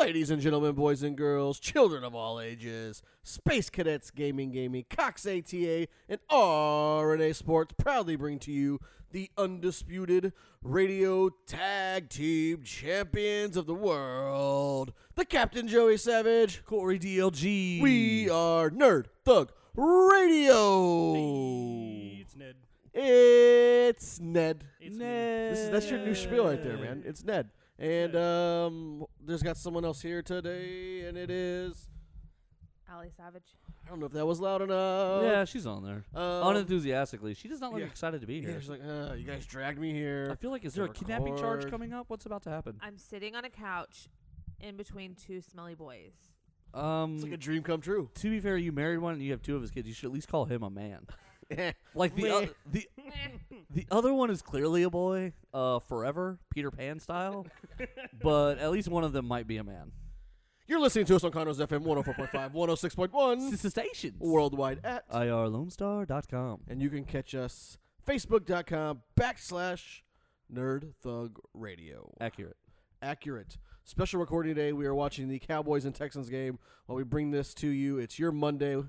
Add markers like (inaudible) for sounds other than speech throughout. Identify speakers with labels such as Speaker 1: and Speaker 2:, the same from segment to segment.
Speaker 1: Ladies and gentlemen, boys and girls, children of all ages, Space Cadets Gaming Gaming, Cox ATA, and RNA Sports proudly bring to you the undisputed radio tag team champions of the world, the Captain Joey Savage.
Speaker 2: Corey DLG.
Speaker 1: We are Nerd Thug Radio.
Speaker 3: It's Ned.
Speaker 1: It's Ned.
Speaker 3: It's
Speaker 1: This is, that's your new spiel right there, man. It's Ned. And um, there's got someone else here today, and it is.
Speaker 4: Ali Savage.
Speaker 1: I don't know if that was loud enough.
Speaker 2: Yeah, she's on there.
Speaker 1: Um,
Speaker 2: Unenthusiastically, she does not look
Speaker 1: yeah.
Speaker 2: excited to be
Speaker 1: yeah,
Speaker 2: here.
Speaker 1: she's like, uh, you guys dragged me
Speaker 2: I
Speaker 1: here.
Speaker 2: feel like is there a
Speaker 1: to
Speaker 2: kidnapping charge
Speaker 1: record.
Speaker 2: coming up? What's about to happen?
Speaker 4: I'm sitting on a couch in between two
Speaker 2: (laughs)
Speaker 4: smelly boys.
Speaker 2: Um,
Speaker 1: It's like a dream come true. (laughs)
Speaker 2: to be fair, you married one and you have two of his kids. You should at least call him a man. (laughs)
Speaker 1: Eh,
Speaker 2: Like the
Speaker 1: Meh.
Speaker 2: oth- the the other one is clearly a boy, uh, forever Peter Pan
Speaker 1: (laughs)
Speaker 2: style, but at least one of them might be a man.
Speaker 1: You're listening to us on Conroe's FM
Speaker 2: (laughs)
Speaker 1: 104.5, 106.1,
Speaker 2: It's the station.
Speaker 1: worldwide at.
Speaker 2: IRLoneStar.com.
Speaker 1: and you can catch us facebook.com backslash nerd thug radio
Speaker 2: Accurate.
Speaker 1: accurate special recording today we are watching the cowboys and texans game while we bring this to you it's your monday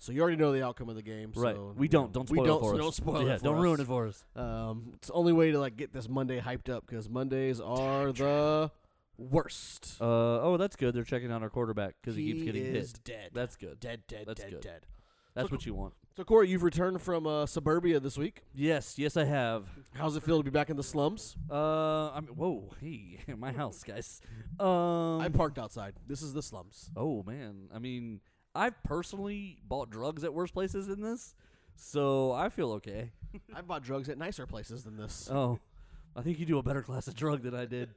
Speaker 1: so you already know the outcome of the game
Speaker 2: right.
Speaker 1: so
Speaker 2: We don't. Don't
Speaker 1: we
Speaker 2: spoil
Speaker 1: don't-
Speaker 2: it for
Speaker 1: so
Speaker 2: us.
Speaker 1: don't spoil it
Speaker 2: yeah,
Speaker 1: for
Speaker 2: don't ruin
Speaker 1: us.
Speaker 2: it for us.
Speaker 1: um, it's the only way to like get this monday hyped up because mondays are the worst
Speaker 2: Uh, oh, that's good. They're checking out our quarterback because he, keeps
Speaker 1: He
Speaker 2: getting
Speaker 1: is
Speaker 2: hit.
Speaker 1: dead
Speaker 2: That's good.
Speaker 1: dead dead
Speaker 2: That's
Speaker 1: dead
Speaker 2: good.
Speaker 1: dead
Speaker 2: That's
Speaker 1: Look-
Speaker 2: what you want.
Speaker 1: so corey you've returned from uh, suburbia this week
Speaker 2: Yes, yes, I have.
Speaker 1: how's it feel to be back in the slums
Speaker 2: Uh, I mean, whoa, hey, (laughs) my house, guys. Um,
Speaker 1: i parked outside this is the slums
Speaker 2: oh man, I mean, I've personally bought drugs at worse places than this, so I feel okay.
Speaker 1: i bought drugs at nicer places than this
Speaker 2: Oh, I think you do a better class of drug than
Speaker 1: (laughs)
Speaker 2: I did.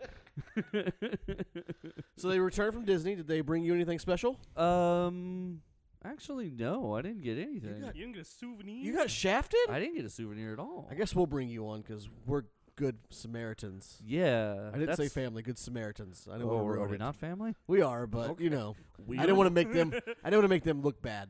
Speaker 1: So they returned from Disney. Did they bring you anything special?
Speaker 2: um, actually, no, I didn't get anything.
Speaker 1: got-
Speaker 3: You didn't get a souvenir.
Speaker 1: You got shafted? I,
Speaker 2: I didn't get a souvenir at all.
Speaker 1: guess we'll bring you on because we're good Samaritans.
Speaker 2: yeah,
Speaker 1: I didn't say
Speaker 2: that's-
Speaker 1: family, good Samaritans. I didn't
Speaker 2: Oh,
Speaker 1: want to
Speaker 2: are
Speaker 1: ruin
Speaker 2: we
Speaker 1: it.
Speaker 2: not family?
Speaker 1: We are, but you know,
Speaker 2: We
Speaker 1: I didn't want to make
Speaker 2: (laughs)
Speaker 1: them. I didn't want to make them look bad,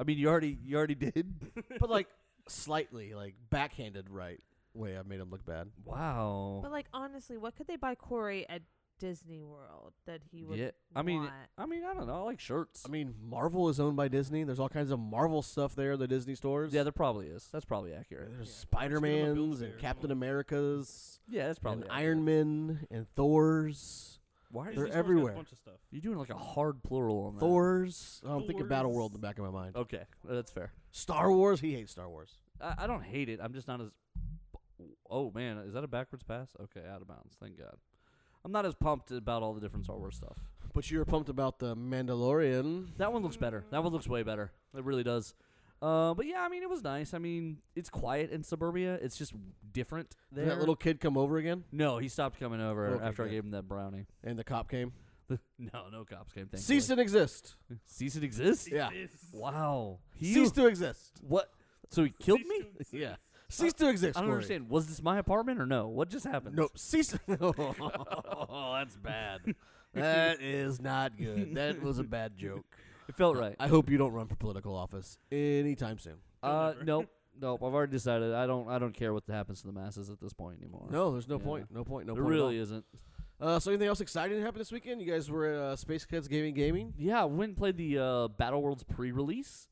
Speaker 2: I mean, you already, you already did.
Speaker 1: but like slightly, like backhanded right way. I made them look bad.
Speaker 2: wow.
Speaker 4: But like honestly, what could they buy Corey at Disney World that he would
Speaker 2: Yeah, I mean,
Speaker 4: want?
Speaker 2: I mean, I don't know. I like shirts.
Speaker 1: I mean, Marvel is owned by Disney. There's all kinds of Marvel stuff there. The Disney stores.
Speaker 2: yeah, there probably is. That's probably accurate.
Speaker 1: There's
Speaker 3: let's
Speaker 1: Spider
Speaker 3: get 'em a build
Speaker 1: Mans
Speaker 3: there.
Speaker 1: and Captain Americas
Speaker 2: Yeah, that's probably
Speaker 1: and
Speaker 2: accurate.
Speaker 1: Iron Men and Thors.
Speaker 2: Why are
Speaker 3: Disney
Speaker 1: they're
Speaker 3: Store's
Speaker 2: you,
Speaker 3: got a
Speaker 1: everywhere.
Speaker 3: bunch of stuff.
Speaker 2: you're doing like a hard plural on that?
Speaker 1: Thors. Oh, I'm thinking Battle
Speaker 3: Thors.
Speaker 1: World in the back of my mind.
Speaker 2: Okay, that's fair.
Speaker 1: Star Wars. He hates Star Wars.
Speaker 2: I, I don't hate it. I'm just not as. Oh man, is that a backwards pass? Okay, out of bounds. Thank God. I'm not as pumped about all the different Star Wars stuff.
Speaker 1: But you were pumped about the Mandalorian.
Speaker 2: That one looks better. That one looks way better. It really does. Uh, but yeah, I mean, it was nice. I mean, it's quiet in suburbia. It's just different there.
Speaker 1: Did that little kid come over again?
Speaker 2: no, he stopped coming over
Speaker 1: Okay,
Speaker 2: after I
Speaker 1: good.
Speaker 2: gave him that brownie. (laughs)
Speaker 1: And the cop came.
Speaker 2: no, no cops came. Thankfully.
Speaker 1: Cease and exist.
Speaker 2: Cease and exist.
Speaker 1: Yeah.
Speaker 3: This.
Speaker 2: Wow. He
Speaker 1: Cease to
Speaker 2: (laughs)
Speaker 1: exist.
Speaker 2: what? So he killed me?
Speaker 1: Yeah. Cease to exist.
Speaker 2: I don't
Speaker 1: Corey.
Speaker 2: understand. Was this my apartment or no? What just happened?
Speaker 1: Nope. Cease. (laughs)
Speaker 2: (laughs)
Speaker 1: oh, that's bad. (laughs) that is not good. That was a bad joke.
Speaker 2: (laughs) It felt right.
Speaker 1: I hope you don't run for political office anytime soon.
Speaker 2: Uh, nope. Nope. I've already decided. I don't. I don't care what happens to the masses at this point anymore.
Speaker 1: No, there's no
Speaker 2: Yeah.
Speaker 1: point. No point. No
Speaker 2: there
Speaker 1: point. at all.
Speaker 2: really isn't.
Speaker 1: Uh, so anything else exciting happened this weekend? You guys were at uh, Space Kids Gaming Gaming.
Speaker 2: Yeah, I went and played the uh, Battle Worlds pre-release.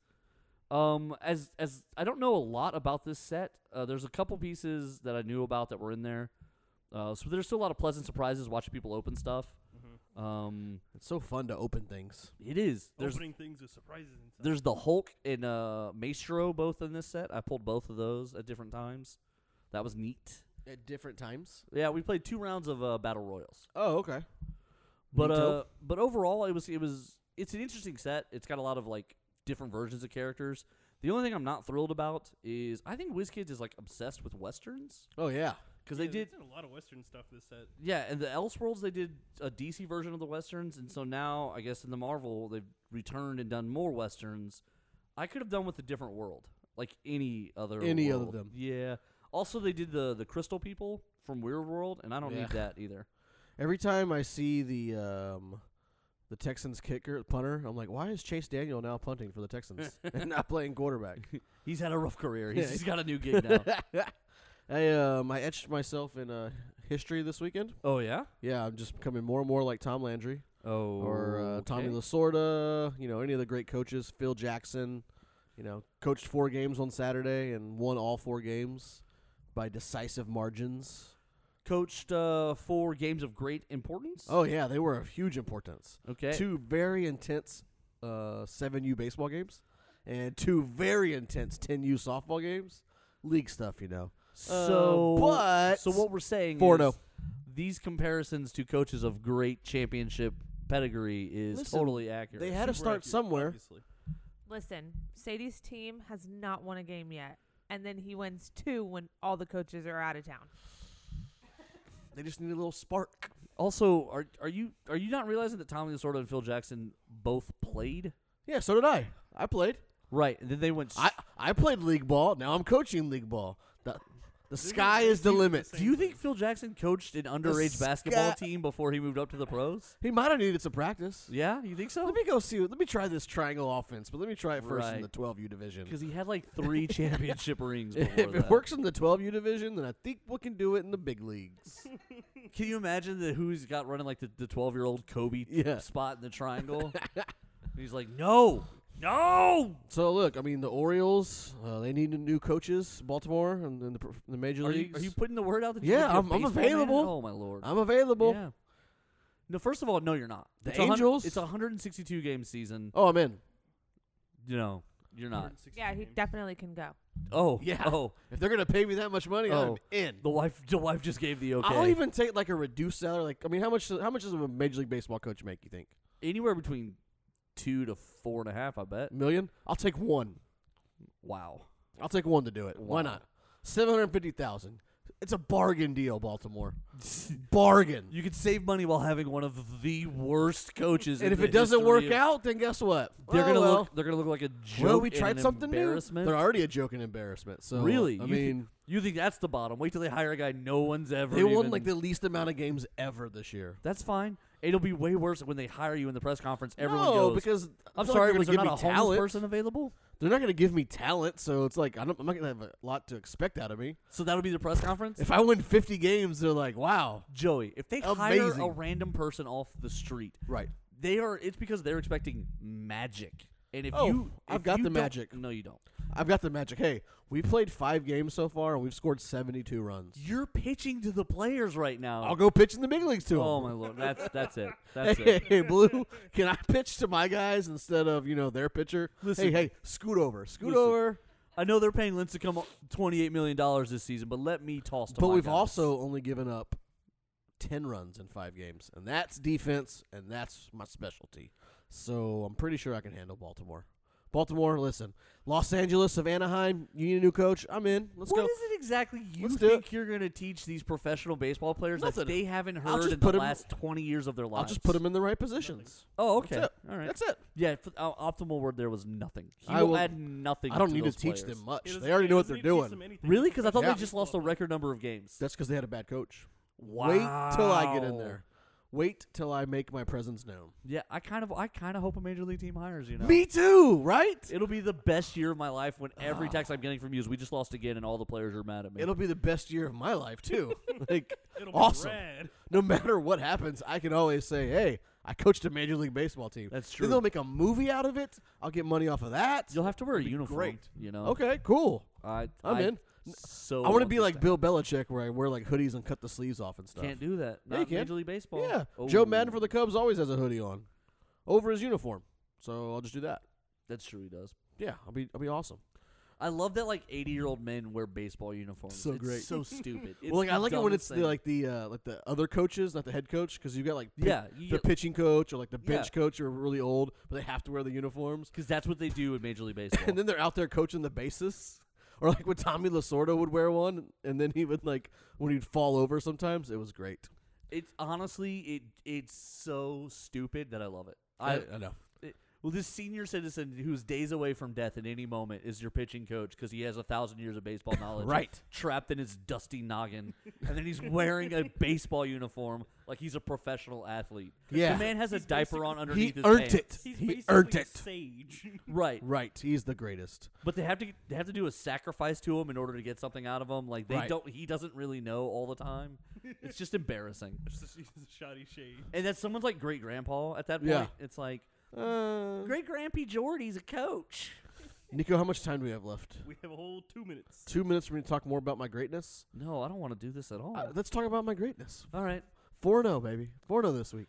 Speaker 2: Um, as as I don't know a lot about this set. Uh, there's a couple pieces that I knew about that were in there. Uh, so there's still a lot of pleasant surprises watching people open stuff.
Speaker 1: Mm-hmm.
Speaker 2: Um,
Speaker 1: It's so fun to open things.
Speaker 2: it is. There's
Speaker 3: Opening things with surprises inside.
Speaker 2: There's the Hulk and uh, Maestro both in this set. I pulled both of those at different times. That was neat.
Speaker 1: At different times.
Speaker 2: Yeah, we played two rounds of uh, battle royals,
Speaker 1: Oh, okay.
Speaker 2: but
Speaker 1: Neato.
Speaker 2: uh, but overall it was it was it's an interesting set. It's got a lot of like different versions of characters. The only thing I'm not thrilled about is I think WizKids is like obsessed with westerns
Speaker 1: Oh yeah.
Speaker 2: because
Speaker 3: Yeah,
Speaker 2: they did
Speaker 3: did a lot of Western stuff this set.
Speaker 2: yeah, and the Elseworlds they did a DC version of the westerns, and so now I guess in the Marvel they've returned and done more westerns. I could have done with a different world, like any other
Speaker 1: Any other
Speaker 2: world.
Speaker 1: them.
Speaker 2: Yeah. Also, they did the the Crystal People from Weird World, and I don't
Speaker 1: Yeah.
Speaker 2: need that either.
Speaker 1: Every time I see the um, the Texans kicker punter, I'm like, why is Chase Daniel now punting for the Texans and not playing quarterback?
Speaker 2: He's had a rough career.
Speaker 1: Yeah.
Speaker 2: He's, he's got a new
Speaker 1: (laughs)
Speaker 2: gig now.
Speaker 1: I um I etched myself in uh, history this weekend.
Speaker 2: oh yeah.
Speaker 1: Yeah, I'm just becoming more and more like Tom Landry.
Speaker 2: Oh,
Speaker 1: or uh, Tommy
Speaker 2: okay.
Speaker 1: Lasorda, you know, any of the great coaches, Phil Jackson, you know, coached four games on Saturday and won all four games by decisive margins.
Speaker 2: coached uh, four games of great importance.
Speaker 1: Oh yeah, they were of huge importance.
Speaker 2: okay.
Speaker 1: Two very intense uh, 7U baseball games and two very intense 10U softball games. League stuff, you know.
Speaker 2: Uh, So,
Speaker 1: but-
Speaker 2: so what we're saying
Speaker 1: 4-0.
Speaker 2: is these comparisons to coaches of great championship pedigree is
Speaker 1: Listen,
Speaker 2: totally accurate.
Speaker 1: They had to
Speaker 3: Super
Speaker 1: start
Speaker 3: accurate,
Speaker 1: somewhere.
Speaker 3: obviously.
Speaker 4: Listen, Sadie's team has not won a game yet, and then he wins two when all the coaches are out of town.
Speaker 1: They just need a little spark.
Speaker 2: also, are are you are you not realizing that Tommy Lasorda and Phil Jackson both played?
Speaker 1: Yeah, so did I. I played.
Speaker 2: Right, and then they went.
Speaker 1: I I played league ball. Now I'm coaching league ball. The, the sky
Speaker 3: they
Speaker 1: is the
Speaker 3: do the
Speaker 1: limit.
Speaker 3: same
Speaker 2: do you think Phil Jackson coached an underage
Speaker 1: sky-
Speaker 2: basketball team before he moved up to the pros?
Speaker 1: He might have needed some practice.
Speaker 2: Yeah, you think so? (laughs)
Speaker 1: Let me go see. Let me try this triangle offense, but let me try it first in
Speaker 2: Right.
Speaker 1: the 12U division.
Speaker 2: Because he had like (laughs) three championship rings before
Speaker 1: If it
Speaker 2: that.
Speaker 1: works in the 12U division, then I think we can do it in the big leagues. (laughs)
Speaker 2: Can you imagine that who's got running like the the twelve year old Kobe
Speaker 1: Yeah.
Speaker 2: spot in
Speaker 1: (laughs)
Speaker 2: the triangle? And he's like, no, no.
Speaker 1: so look, I mean, the Orioles, uh, they need new coaches. Baltimore and then the, pr- the major
Speaker 2: Are you,
Speaker 1: leagues.
Speaker 2: are you putting the word out that
Speaker 1: Yeah,
Speaker 2: you
Speaker 1: I'm- I'm available.
Speaker 2: Oh my lord,
Speaker 1: I'm available.
Speaker 2: Yeah. No, first of all, no, you're not.
Speaker 1: The
Speaker 2: It's a hun-
Speaker 1: Angels?
Speaker 2: It's a 162 game season.
Speaker 1: Oh, I'm in.
Speaker 2: You know, you're not.
Speaker 3: 160
Speaker 4: Yeah, he
Speaker 3: games.
Speaker 4: definitely can go.
Speaker 2: Oh
Speaker 1: Yeah.
Speaker 2: Oh,
Speaker 1: If they're gonna pay me that much money,
Speaker 2: Oh.
Speaker 1: I'm in.
Speaker 2: the wife. The wife just gave the okay.
Speaker 1: I'll even take like a reduced salary. Like, I mean, how much? How much does a major league baseball coach make? You think
Speaker 2: anywhere between two to four and a half. I bet.
Speaker 1: a million? I'll take one. (laughs)
Speaker 2: Wow.
Speaker 1: I'll take one to do it. Why
Speaker 2: Wow.
Speaker 1: not? Seven hundred fifty thousand. It's a bargain deal, Baltimore. bargain.
Speaker 2: You could save money while having one of the worst coaches.
Speaker 1: and
Speaker 2: in
Speaker 1: if
Speaker 2: the
Speaker 1: it doesn't work
Speaker 2: history of-
Speaker 1: out, then guess what?
Speaker 2: They're
Speaker 1: Oh,
Speaker 2: gonna
Speaker 1: well.
Speaker 2: look. They're gonna look like a joke.
Speaker 1: Well, we
Speaker 2: and
Speaker 1: tried
Speaker 2: an
Speaker 1: something new.
Speaker 2: embarrassment.
Speaker 1: They're already a joke and embarrassment. So
Speaker 2: really?
Speaker 1: I
Speaker 2: you thi-
Speaker 1: mean,
Speaker 2: you think that's the bottom? Wait till they hire a guy no one's ever.
Speaker 1: they won
Speaker 2: even-
Speaker 1: like the least amount of games ever this year.
Speaker 2: That's fine. It'll be way worse when they hire you in the press conference. Everyone
Speaker 1: no,
Speaker 2: goes.
Speaker 1: because
Speaker 2: I'm
Speaker 1: it's not like
Speaker 2: sorry,
Speaker 1: they're
Speaker 2: was there
Speaker 1: gonna
Speaker 2: not a
Speaker 1: give me
Speaker 2: homeless
Speaker 1: talent.
Speaker 2: person available?
Speaker 1: They're not going to give me talent, so it's like I don't, I'm not going to have a lot to expect out of me.
Speaker 2: So that'll be the press conference.
Speaker 1: If I win 50 games, they're like, "Wow,
Speaker 2: Joey, if they hire a
Speaker 1: Amazing.
Speaker 2: random person off the street,
Speaker 1: right."
Speaker 2: they are. It's because they're expecting magic. And if
Speaker 1: Oh,
Speaker 2: you,
Speaker 1: I've
Speaker 2: if
Speaker 1: got
Speaker 2: you
Speaker 1: the
Speaker 2: don't-
Speaker 1: magic.
Speaker 2: No, you don't.
Speaker 1: I've got the magic. Hey, we played five games so far, and we've scored 72 runs.
Speaker 2: You're pitching to the players right now.
Speaker 1: I'll go pitch in the big leagues to them.
Speaker 2: oh my lord, that's
Speaker 1: (laughs)
Speaker 2: that's it. That's
Speaker 1: hey,
Speaker 2: it.
Speaker 1: hey, Blue, can I pitch to my guys instead of, you know, their pitcher?
Speaker 2: Listen.
Speaker 1: hey, hey, scoot over, scoot
Speaker 2: Listen.
Speaker 1: over.
Speaker 2: I know they're paying Lynch to come twenty-eight million dollars this season, but let me toss. To
Speaker 1: But
Speaker 2: my
Speaker 1: we've
Speaker 2: guys.
Speaker 1: also only given up 10 runs in five games, and that's defense, and that's my specialty. So I'm pretty sure I can handle Baltimore. Baltimore, listen, Los Angeles of Anaheim, you need a new coach? I'm in. Let's
Speaker 2: What
Speaker 1: go.
Speaker 2: is it exactly you
Speaker 1: Let's do
Speaker 2: think you're going to teach these professional baseball players
Speaker 1: Nothing.
Speaker 2: that they haven't
Speaker 1: I'll
Speaker 2: heard
Speaker 1: just
Speaker 2: in
Speaker 1: put
Speaker 2: the
Speaker 1: 'em-
Speaker 2: last 20 years of their lives?
Speaker 1: I'll just put them in the right positions.
Speaker 2: Oh, okay.
Speaker 1: That's
Speaker 2: All right.
Speaker 1: That's it.
Speaker 2: yeah, f- uh, optimal word there was nothing. He
Speaker 1: I
Speaker 2: will,
Speaker 1: will-
Speaker 2: add nothing.
Speaker 1: I don't
Speaker 2: to
Speaker 1: need to
Speaker 2: those
Speaker 1: teach
Speaker 2: players.
Speaker 1: them much.
Speaker 3: It doesn't-
Speaker 1: They already
Speaker 3: it
Speaker 1: know what they're
Speaker 3: doesn't teach
Speaker 1: doing.
Speaker 3: them anything.
Speaker 2: Really? Because I thought
Speaker 1: Yeah.
Speaker 2: they just lost a record number of games.
Speaker 1: That's because they had a bad coach. Wait till I get in there. Wait till I make my presence known.
Speaker 2: Yeah, I kind of, I kind of hope a major league team hires. You know,
Speaker 1: Me too, right?
Speaker 2: It'll be the best year of my life when every text I'm getting from you is we just lost again and all the players are mad at me.
Speaker 1: Ah. It'll be the best year of my life too. like
Speaker 3: It'll be
Speaker 1: awesome.
Speaker 3: rad.
Speaker 1: No matter what happens, I can always say, "Hey, I coached a major league baseball team."
Speaker 2: That's
Speaker 1: Then they'll
Speaker 2: true.
Speaker 1: make a movie out of it. I'll get money off of that.
Speaker 2: You'll have to wear a
Speaker 1: be
Speaker 2: uniform.
Speaker 1: great.
Speaker 2: You know.
Speaker 1: okay, cool.
Speaker 2: I,
Speaker 1: I'm
Speaker 2: I
Speaker 1: in.
Speaker 2: So
Speaker 1: I want to
Speaker 2: want
Speaker 1: be
Speaker 2: this
Speaker 1: like Bill
Speaker 2: happen.
Speaker 1: Belichick, where I wear like hoodies and cut the sleeves off and stuff.
Speaker 2: Can't Oh. do that.
Speaker 1: Yeah,
Speaker 2: Not
Speaker 1: you
Speaker 2: in
Speaker 1: can.
Speaker 2: Major League Baseball.
Speaker 1: Yeah, Joe Madden
Speaker 2: Ooh.
Speaker 1: for the Cubs always has a hoodie on over his uniform, so I'll just do that.
Speaker 2: That's true. He does.
Speaker 1: Yeah, I'll be I'll be awesome.
Speaker 2: I love that like eighty year old men wear baseball uniforms.
Speaker 1: So
Speaker 2: It's
Speaker 1: great.
Speaker 2: So stupid.
Speaker 1: (laughs)
Speaker 2: It's
Speaker 1: well, like I
Speaker 2: the
Speaker 1: like it when
Speaker 2: dumbest
Speaker 1: it's the,
Speaker 2: thing.
Speaker 1: like the uh, like the other coaches, not the head coach, because you've got like pi-
Speaker 2: yeah, you
Speaker 1: the
Speaker 2: get,
Speaker 1: pitching coach or like the bench
Speaker 2: Yeah.
Speaker 1: coach are really old, but they have to wear the uniforms,
Speaker 2: because that's what they do in Major League Baseball.
Speaker 1: (laughs) and then they're out there coaching the bases. Or like when Tommy Lasorda would wear one, and then he would like when he'd fall over. Sometimes it was great.
Speaker 2: it's honestly it it's so stupid that I love it.
Speaker 1: I,
Speaker 2: I
Speaker 1: I know.
Speaker 2: it- Well, this senior citizen who's days away from death at any moment is your pitching coach because he has a thousand years
Speaker 1: (laughs)
Speaker 2: of baseball knowledge
Speaker 1: Right.
Speaker 2: trapped in his dusty noggin, and then he's
Speaker 1: (laughs)
Speaker 2: wearing a baseball uniform like he's a professional athlete.
Speaker 1: Yeah.
Speaker 2: the man has a
Speaker 3: He's
Speaker 2: diaper
Speaker 3: basically-
Speaker 2: on
Speaker 3: He
Speaker 2: underneath
Speaker 1: He
Speaker 2: his
Speaker 1: earned
Speaker 2: pants.
Speaker 1: it.
Speaker 3: He's
Speaker 1: he
Speaker 3: basically
Speaker 1: earned
Speaker 3: a
Speaker 1: it.
Speaker 3: sage. (laughs)
Speaker 2: Right,
Speaker 1: Right. He's the greatest.
Speaker 2: but they have to they have to do a sacrifice to him in order to get something out of him. Like they
Speaker 1: Right.
Speaker 2: don't, he doesn't really know all the time. It's just embarrassing.
Speaker 3: It's just- he's a shoddy shade.
Speaker 2: And that's someone's like great grandpa at that point.
Speaker 1: Yeah.
Speaker 2: It's like
Speaker 1: Uh,
Speaker 2: great grandpa Jordy's a coach.
Speaker 1: Nico, how much time do we have left?
Speaker 3: We have a whole two minutes.
Speaker 1: Two minutes for me to talk more about my greatness.
Speaker 2: No, I don't want to do this at all.
Speaker 1: Uh, let's talk about my greatness.
Speaker 2: all right.
Speaker 1: 4 0, baby. 4 0 this week.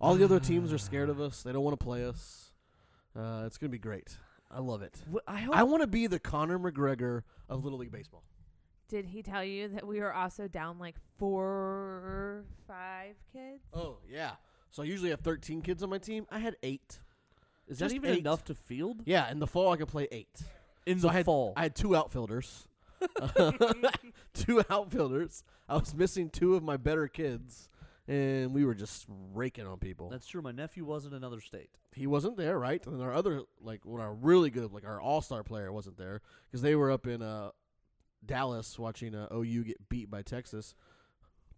Speaker 1: All the other teams are scared of us. They don't want to play us. Uh, it's going to be great. I love it.
Speaker 2: Wh- I hope
Speaker 1: I want to be the Conor McGregor of Little League Baseball.
Speaker 4: Did he tell you that we were also down like four, five
Speaker 2: (laughs)
Speaker 4: kids?
Speaker 1: Oh, yeah. So I usually have 13 kids on my team. I had eight.
Speaker 2: Is that
Speaker 1: Just
Speaker 2: even
Speaker 1: eight.
Speaker 2: enough to field
Speaker 1: Yeah, in the fall, I could play eight.
Speaker 2: in
Speaker 1: So
Speaker 2: the
Speaker 1: I had,
Speaker 2: fall?
Speaker 1: I had two outfielders. (laughs) two outfielders. I was missing two of my better kids, and we were just raking on people.
Speaker 2: That's true. My nephew was in another state.
Speaker 1: he wasn't there, right? And our other, like, when our really good, like our all star player wasn't there because they were up in uh, Dallas watching uh, OU get beat by Texas.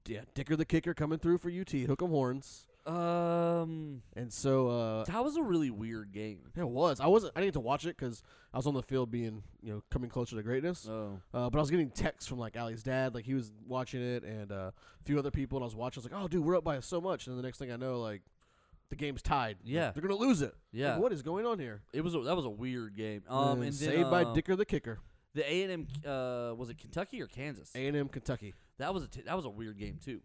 Speaker 1: Yeah, Dicker the kicker coming through for UT. Hook 'em horns.
Speaker 2: Um,
Speaker 1: And so uh,
Speaker 2: that was a really weird game.
Speaker 1: it was. I wasn't. I didn't get to watch it because I was on the field, being you know coming closer to greatness.
Speaker 2: Oh,
Speaker 1: Uh, but I was getting texts from like Ali's dad, like he was watching it, and uh, a few other people, and I was watching. I was like, "Oh, dude, we're up by so much!" And then the next thing I know, like the game's tied. Like,
Speaker 2: Yeah.
Speaker 1: they're gonna lose it. Like,
Speaker 2: Yeah.
Speaker 1: what is going on here?
Speaker 2: it was a, that was a weird game. Um,
Speaker 1: Uh,
Speaker 2: and then,
Speaker 1: saved by
Speaker 2: uh,
Speaker 1: Dicker the kicker.
Speaker 2: The A and M uh, was it Kentucky or Kansas?
Speaker 1: A and M, Kentucky.
Speaker 2: that was a t- that was a weird game too.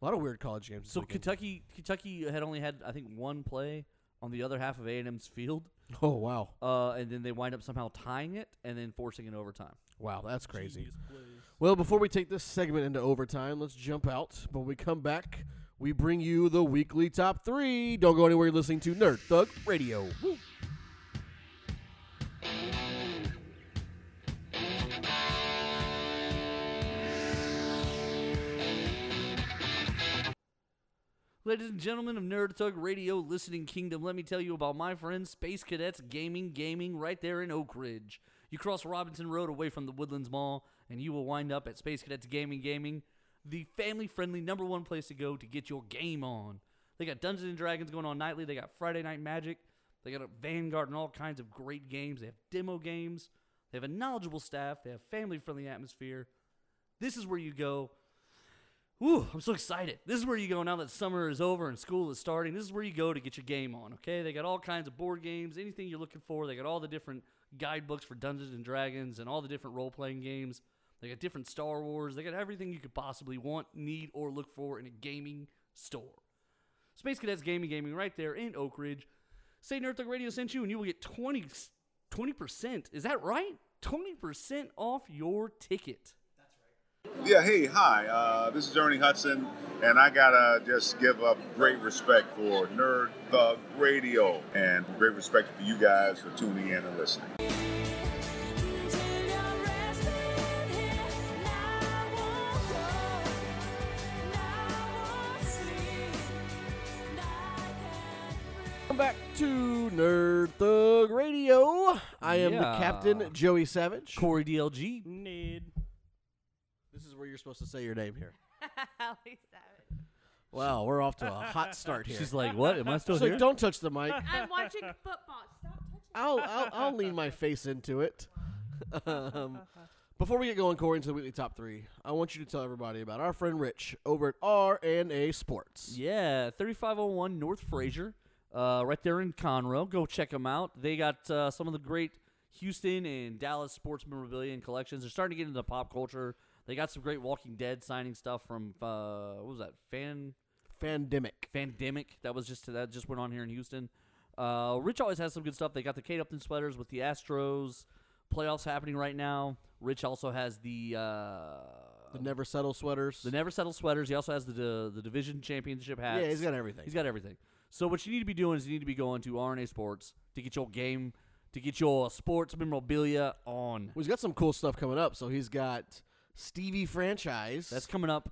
Speaker 1: A lot of weird college games. this
Speaker 2: So
Speaker 1: weekend.
Speaker 2: Kentucky Kentucky had only had I think one play on the other half of A and M's field,
Speaker 1: Oh wow,
Speaker 2: uh, and then they wind up somehow tying it and then forcing an overtime.
Speaker 1: wow, that's crazy.
Speaker 3: Genius plays.
Speaker 1: Well, before we take this segment into overtime, let's jump out. But when we come back, we bring you the weekly top three. Don't go anywhere. You're listening to Nerd Thug Radio.
Speaker 2: Ladies and gentlemen of Nerd Tug Radio Listening Kingdom, let me tell you about my friend Space Cadets Gaming Gaming right there in Oak Ridge. You cross Robinson Road away from the Woodlands Mall, and you will wind up at Space Cadets Gaming Gaming, the family friendly number one place to go to get your game on. They got Dungeons and Dragons going on nightly, they got Friday Night Magic, they got a Vanguard and all kinds of great games. They have demo games, they have a knowledgeable staff, they have family friendly atmosphere. This is where you go Woo, I'm so excited. This is where you go now that summer is over and school is starting. This is where you go to get your game on, okay? They got all kinds of board games, anything you're looking for. They got all the different guidebooks for Dungeons and Dragons and all the different role playing games. They got different Star Wars. They got everything you could possibly want, need, or look for in a gaming store. Space Cadets Gaming Gaming right there in Oak Ridge. Say Nerd Thug Radio sent you, and you will get 20, 20%. Is that right? 20% off your ticket.
Speaker 5: Yeah, hey, hi. Uh, this is Ernie Hudson, and I gotta just give up great respect for Nerd Thug Radio and great respect for you guys for tuning in and listening.
Speaker 1: Welcome back to Nerd Thug Radio. I am
Speaker 2: Yeah.
Speaker 1: the captain, Joey Savage.
Speaker 2: Corey DLG.
Speaker 3: Ned.
Speaker 1: This is where you're supposed to say your name here.
Speaker 4: Allie Savage.
Speaker 1: Wow, we're off to a hot start here.
Speaker 2: She's like, what? Am I still
Speaker 1: She's
Speaker 2: here?
Speaker 1: like, don't touch the mic.
Speaker 4: I'm watching football. Stop touching.
Speaker 1: I'll, I'll, I'll lean my face into it. (laughs) Um, before we get going, Corey, into the weekly top three, I want you to tell everybody about our friend Rich over at R&A Sports.
Speaker 2: Yeah, 3501 North Fraser, uh, right there in Conroe. Go check them out. They got uh, some of the great Houston and Dallas sports memorabilia and collections. They're starting to get into pop culture. They got some great Walking Dead signing stuff from uh, what was that? Fan
Speaker 1: Fandemic.
Speaker 2: Fandemic. That was just that just went on here in Houston. Uh, Rich always has some good stuff. They got the Kate Upton sweaters with the Astros playoffs happening right now. Rich also has the uh,
Speaker 1: The Never Settle Sweaters.
Speaker 2: the Never Settle sweaters. He also has the the, the division championship hats.
Speaker 1: yeah, he's got everything.
Speaker 2: He's got everything. So what you need to be doing is you need to be going to RNA Sports to get your game, to get your sports memorabilia on.
Speaker 1: Well, he's got some cool stuff coming up. So he's got Stevie Franchise.
Speaker 2: That's coming up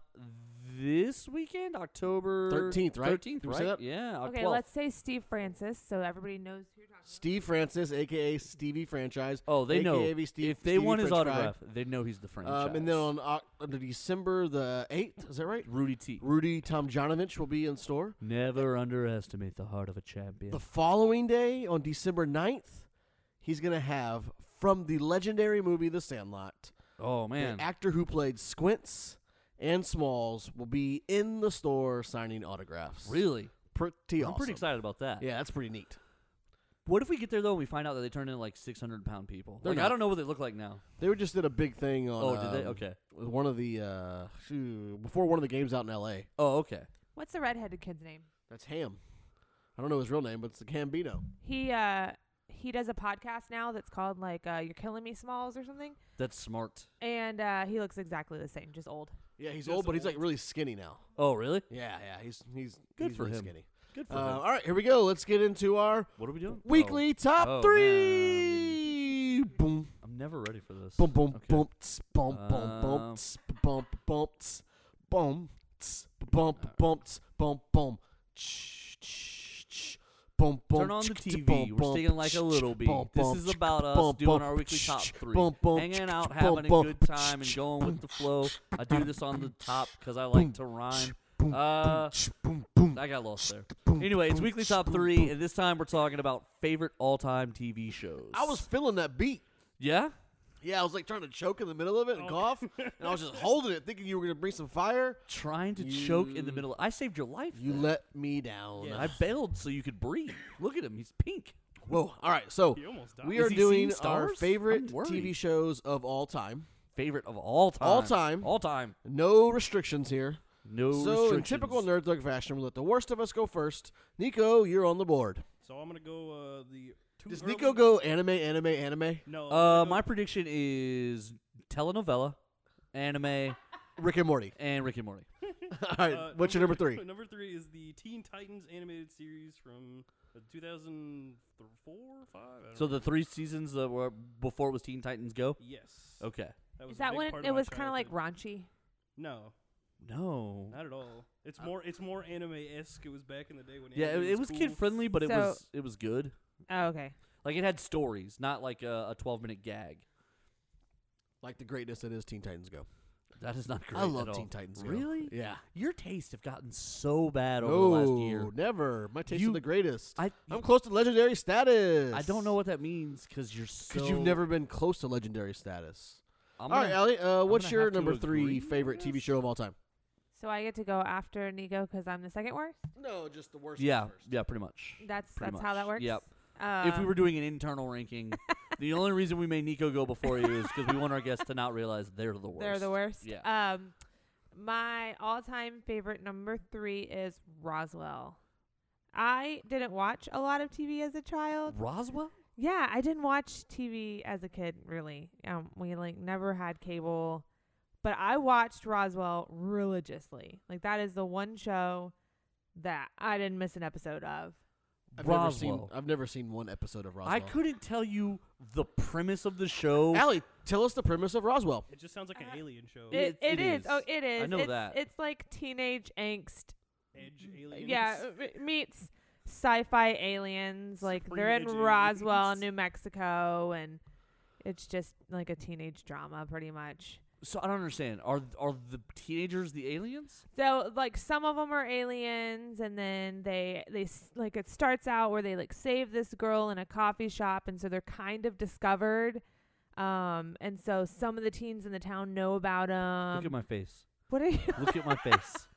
Speaker 2: this weekend, October
Speaker 1: 13th, right?
Speaker 2: Thirteenth,
Speaker 1: Did we
Speaker 2: right?
Speaker 1: say that?
Speaker 2: Yeah.
Speaker 4: Okay,
Speaker 2: 12th.
Speaker 4: let's say Steve Francis so everybody knows who you're
Speaker 1: Steve Francis, aka Stevie Franchise.
Speaker 2: Oh, they
Speaker 1: AKA
Speaker 2: know.
Speaker 1: Steve,
Speaker 2: if they
Speaker 1: Stevie
Speaker 2: want his
Speaker 1: French Fry.
Speaker 2: autograph, they know he's the franchise.
Speaker 1: Um, and then on Oc- on December the eighth, is that right?
Speaker 2: Rudy T.
Speaker 1: Rudy Tomjanovich will be in store.
Speaker 2: Never underestimate the heart of a champion.
Speaker 1: The following day, on December 9th, he's going to have from the legendary movie The Sandlot,
Speaker 2: oh man,
Speaker 1: the actor who played Squints and Smalls will be in the store signing autographs.
Speaker 2: really?
Speaker 1: Pretty
Speaker 2: I'm
Speaker 1: awesome.
Speaker 2: pretty excited about that.
Speaker 1: Yeah, that's pretty neat.
Speaker 2: What if we get there though and we find out that they turn into like 600 pound people?
Speaker 1: They're
Speaker 2: Like, I
Speaker 1: not.
Speaker 2: don't know what they look like now.
Speaker 1: They were just did a big thing on.
Speaker 2: Oh, did they?
Speaker 1: um,
Speaker 2: Okay.
Speaker 1: with One of the uh, shoot, before one of the games out in L.A.
Speaker 2: Oh, okay.
Speaker 4: What's the redheaded kid's name?
Speaker 1: That's Ham. I don't know his real name, but it's the Gambino.
Speaker 4: He uh he does a podcast now that's called like uh, "You're Killing Me, Smalls" or something,
Speaker 2: That's smart.
Speaker 4: and uh, he looks exactly the same, just old.
Speaker 1: Yeah, he's
Speaker 3: Yes,
Speaker 1: old, but he's like
Speaker 3: old.
Speaker 1: really skinny now.
Speaker 2: Oh, really?
Speaker 1: Yeah, yeah, he's he's
Speaker 2: Good
Speaker 1: he's
Speaker 2: for
Speaker 1: really
Speaker 2: him.
Speaker 1: Skinny.
Speaker 2: Good for
Speaker 1: Uh,
Speaker 2: them.
Speaker 1: all right, here we go. Let's get into our
Speaker 2: What are we doing?
Speaker 1: Weekly top
Speaker 2: Oh,
Speaker 1: three. Boom,
Speaker 2: Oh, I'm never ready for this.
Speaker 1: boom, boom,
Speaker 2: Okay.
Speaker 1: boom, tss, boom, boom,
Speaker 2: Um,
Speaker 1: boom, tss, boom, boom, tss, boom, tss,
Speaker 2: uh,
Speaker 1: boom, boom, tss, boom, boom, Ch- ch- ch- boom, boom.
Speaker 2: Turn on the
Speaker 1: chick, chick,
Speaker 2: TV.
Speaker 1: boom,
Speaker 2: We're
Speaker 1: boom,
Speaker 2: sticking like
Speaker 1: ch-
Speaker 2: a little
Speaker 1: ch-
Speaker 2: bee.
Speaker 1: boom,
Speaker 2: This
Speaker 1: boom,
Speaker 2: is
Speaker 1: ch-
Speaker 2: about
Speaker 1: boom,
Speaker 2: us doing
Speaker 1: boom,
Speaker 2: our weekly
Speaker 1: ch-
Speaker 2: top
Speaker 1: ch-
Speaker 2: three.
Speaker 1: boom, boom,
Speaker 2: Hanging
Speaker 1: ch-
Speaker 2: out,
Speaker 1: ch-
Speaker 2: having a
Speaker 1: boom,
Speaker 2: good
Speaker 1: boom,
Speaker 2: time, and
Speaker 1: ch-
Speaker 2: going with
Speaker 1: boom,
Speaker 2: the flow. I do this on the top because I
Speaker 1: boom,
Speaker 2: like to rhyme.
Speaker 1: boom,
Speaker 2: Uh,
Speaker 1: ch- boom, boom,
Speaker 2: I got lost there.
Speaker 1: boom,
Speaker 2: Anyway, it's
Speaker 1: boom,
Speaker 2: weekly
Speaker 1: ch-
Speaker 2: top
Speaker 1: boom,
Speaker 2: three,
Speaker 1: boom.
Speaker 2: and this time we're talking about favorite all-time TV shows.
Speaker 1: I was feeling that beat.
Speaker 2: yeah.
Speaker 1: Yeah, I was like trying to choke in the middle of it and
Speaker 3: Oh.
Speaker 1: cough, and I was just holding it, thinking you were gonna bring some fire.
Speaker 2: trying to choke in the
Speaker 1: You-
Speaker 2: middle. I saved your life.
Speaker 1: You
Speaker 2: (laughs) there.
Speaker 1: let me down.
Speaker 2: I bailed so you could breathe. Look at him. He's pink.
Speaker 1: Whoa! All right, so
Speaker 3: He almost died.
Speaker 1: we
Speaker 2: Is
Speaker 1: are
Speaker 2: he
Speaker 1: doing
Speaker 2: seeing
Speaker 1: our
Speaker 2: stars? I'm
Speaker 1: favorite
Speaker 2: worried.
Speaker 1: TV shows of all time.
Speaker 2: Favorite of all time.
Speaker 1: All time.
Speaker 2: All time.
Speaker 1: No restrictions here.
Speaker 2: No
Speaker 1: so, in
Speaker 2: restrictions.
Speaker 1: typical nerd thug fashion, we let the worst of us go first. Nico, you're on the board.
Speaker 3: so I'm gonna go uh, the. Two
Speaker 1: Does
Speaker 3: early-
Speaker 1: Nico go anime, anime, anime?
Speaker 3: No.
Speaker 2: Uh,
Speaker 3: I'm
Speaker 2: my
Speaker 3: gonna
Speaker 2: prediction is telenovela, anime,
Speaker 1: Rick and Morty. (laughs)
Speaker 2: and Rick and Morty.
Speaker 1: All right,
Speaker 3: go, uh,
Speaker 1: what's your number three?
Speaker 3: (laughs)
Speaker 2: (laughs)
Speaker 3: Number three is the Teen Titans animated series from uh, 2004, five. I don't
Speaker 2: So
Speaker 3: know.
Speaker 2: the three seasons that were before it was Teen Titans Go.
Speaker 3: yes.
Speaker 2: Okay.
Speaker 3: That was a
Speaker 4: Is that
Speaker 3: big
Speaker 4: when
Speaker 3: part
Speaker 4: it
Speaker 3: my
Speaker 4: was kind of like
Speaker 3: childhood.
Speaker 4: raunchy?
Speaker 3: No,
Speaker 2: No.
Speaker 3: not at all.
Speaker 4: Uh,
Speaker 3: It's more. It's more anime esque. It was back in the day when.
Speaker 2: Yeah, it,
Speaker 3: anime
Speaker 2: it was
Speaker 3: cool.
Speaker 2: kid friendly, but it
Speaker 4: So-
Speaker 2: was it was good.
Speaker 4: Oh, okay.
Speaker 2: Like it had stories, not like a, a twelve minute gag.
Speaker 1: Like the greatness that is Teen Titans Go.
Speaker 2: That is not great.
Speaker 1: I
Speaker 2: at
Speaker 1: love
Speaker 2: all.
Speaker 1: Teen Titans Go.
Speaker 2: Really?
Speaker 1: Yeah.
Speaker 2: Your tastes have gotten so bad over
Speaker 1: no,
Speaker 2: the last year.
Speaker 1: never. My taste is
Speaker 2: You-
Speaker 1: the greatest.
Speaker 2: I
Speaker 1: I'm close to legendary status.
Speaker 2: I don't know what that means because you're so.
Speaker 1: Because you've never been close to legendary status.
Speaker 2: I'm
Speaker 1: all
Speaker 2: gonna-
Speaker 1: right, Allie, uh, what's
Speaker 2: gonna
Speaker 1: your
Speaker 2: have to
Speaker 1: number three
Speaker 2: agree, I
Speaker 1: favorite TV
Speaker 2: guess.
Speaker 1: show of all time?
Speaker 4: So I get to go after Nico because I'm the second worst.
Speaker 1: No, just the worst.
Speaker 2: yeah, yeah, pretty much.
Speaker 4: That's
Speaker 2: Pretty
Speaker 4: that's how
Speaker 2: much.
Speaker 4: that works.
Speaker 2: Yep.
Speaker 4: Um,
Speaker 2: if we were doing an internal
Speaker 4: (laughs)
Speaker 2: ranking, the only reason we made Nico go before you is because we want our guests to not realize they're the worst.
Speaker 4: they're the worst.
Speaker 2: Yeah.
Speaker 4: Um, my all-time favorite number three is Roswell. I didn't watch a lot of TV as a child.
Speaker 2: Roswell?
Speaker 4: Yeah, I didn't watch TV as a kid really. Um, we like never had cable, but I watched Roswell religiously. Like that is the one show that I didn't miss an episode of.
Speaker 1: I've
Speaker 2: Roswell.
Speaker 1: never seen. I've never seen one episode of Roswell.
Speaker 2: I couldn't tell you the premise of the show.
Speaker 1: Allie, tell us the premise of Roswell.
Speaker 3: It just sounds like an
Speaker 4: Uh,
Speaker 3: alien show.
Speaker 2: Yeah,
Speaker 4: It,
Speaker 2: it's- it
Speaker 4: it is.
Speaker 2: is.
Speaker 4: Oh, it is.
Speaker 2: know
Speaker 4: it's,
Speaker 2: that.
Speaker 4: It's like teenage angst.
Speaker 3: Edge aliens.
Speaker 4: Yeah, m- meets sci-fi aliens. Like they're in
Speaker 3: Scream
Speaker 4: Roswell,
Speaker 3: aliens.
Speaker 4: New Mexico, and it's just like a teenage drama, pretty much.
Speaker 2: So I don't understand. Are are the teenagers the aliens?
Speaker 4: So like some of them are aliens, and then they they s like it starts out where they like save this girl in a coffee shop, and so they're kind of discovered. Um, and so some of the teens in the town know about them.
Speaker 2: Look at my face.
Speaker 4: what are you?
Speaker 2: Look at my
Speaker 4: (laughs)
Speaker 2: face.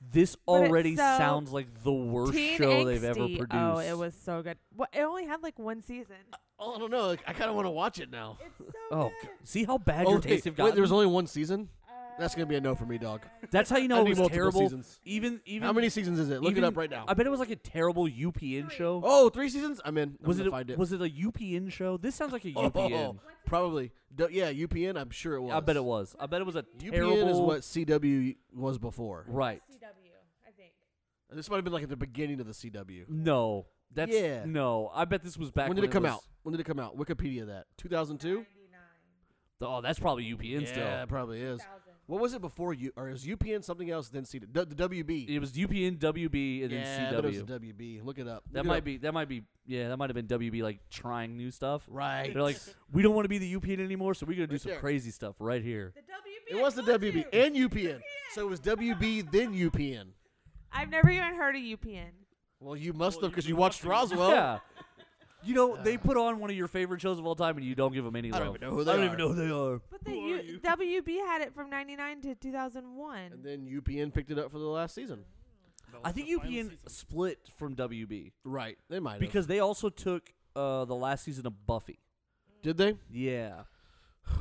Speaker 2: This
Speaker 4: But it's
Speaker 2: already
Speaker 4: so
Speaker 2: sounds like the (laughs) worst
Speaker 4: Teen
Speaker 2: show they've ever
Speaker 4: Angsty.
Speaker 2: produced.
Speaker 4: Oh, it (laughs) was so good. Well, it only had like one season.
Speaker 2: (laughs)
Speaker 1: Oh, I don't know. like, I kind of want to watch it now.
Speaker 4: It's so
Speaker 2: Oh,
Speaker 4: good.
Speaker 2: God. see how bad your
Speaker 1: Oh, wait,
Speaker 2: tastes have
Speaker 1: wait,
Speaker 2: gotten.
Speaker 1: there was only one season. That's gonna be a no for me, dog.
Speaker 2: That's how you know
Speaker 1: I
Speaker 2: it
Speaker 1: need
Speaker 2: was
Speaker 1: multiple
Speaker 2: terrible.
Speaker 1: seasons.
Speaker 2: Even even
Speaker 1: How many seasons is it? Look
Speaker 2: even-
Speaker 1: it up right now.
Speaker 2: I bet it was like a terrible UPN show.
Speaker 1: oh, three seasons. I'm in. I'm
Speaker 2: was
Speaker 1: gonna
Speaker 2: it, a-
Speaker 1: find it?
Speaker 2: was it a UPN show? This sounds like a
Speaker 1: (laughs) oh,
Speaker 2: UPN.
Speaker 1: probably. D- yeah, UPN. I'm sure it was.
Speaker 2: I bet it was. I bet it was a
Speaker 1: UPN
Speaker 2: terrible.
Speaker 1: is what CW was before.
Speaker 2: Right?
Speaker 4: CW, I think.
Speaker 1: This might have been like at the beginning of the CW.
Speaker 2: No. That's
Speaker 1: Yeah.
Speaker 2: no. I bet this was back
Speaker 1: when did it come
Speaker 2: was-
Speaker 1: out? When did it come out? Wikipedia that 2002.
Speaker 2: Oh, that's probably UPN
Speaker 1: Yeah,
Speaker 2: still.
Speaker 1: it probably is. What was it before you? Or is UPN something else than CW? The WB.
Speaker 2: It was UPN, WB, and
Speaker 1: yeah,
Speaker 2: then
Speaker 1: I
Speaker 2: CW.
Speaker 1: thought it was WB. Look it up.
Speaker 2: that
Speaker 1: Look it
Speaker 2: might
Speaker 1: up.
Speaker 2: be. That might be. Yeah, that might have been WB like trying new stuff.
Speaker 1: right.
Speaker 2: They're like, we don't want to be the UPN anymore, so we're gonna do
Speaker 1: Right
Speaker 2: some
Speaker 1: there.
Speaker 2: crazy stuff right here.
Speaker 4: The WB.
Speaker 1: it was the WB and UPN. So it was WB then UPN.
Speaker 4: I've never even heard of UPN.
Speaker 1: Well, you must have
Speaker 3: Well, you
Speaker 1: because
Speaker 3: were
Speaker 1: you watched
Speaker 3: watching-
Speaker 1: Roswell.
Speaker 2: yeah. You know, they put on one of your favorite shows of all time, and you don't give them any
Speaker 1: Uh. I don't
Speaker 2: love.
Speaker 1: even know who they
Speaker 2: I don't
Speaker 1: are.
Speaker 2: even know who they are.
Speaker 4: But the
Speaker 3: Who are
Speaker 4: U-
Speaker 3: you?
Speaker 4: WB had it from 99 to 2001.
Speaker 1: And then UPN picked it up for the last season.
Speaker 3: That
Speaker 2: I
Speaker 3: was
Speaker 2: think
Speaker 3: the final
Speaker 2: UPN
Speaker 3: season.
Speaker 2: split from WB
Speaker 1: Right. They might have.
Speaker 2: because they also took uh, the last season of Buffy.
Speaker 1: did they?
Speaker 2: Yeah,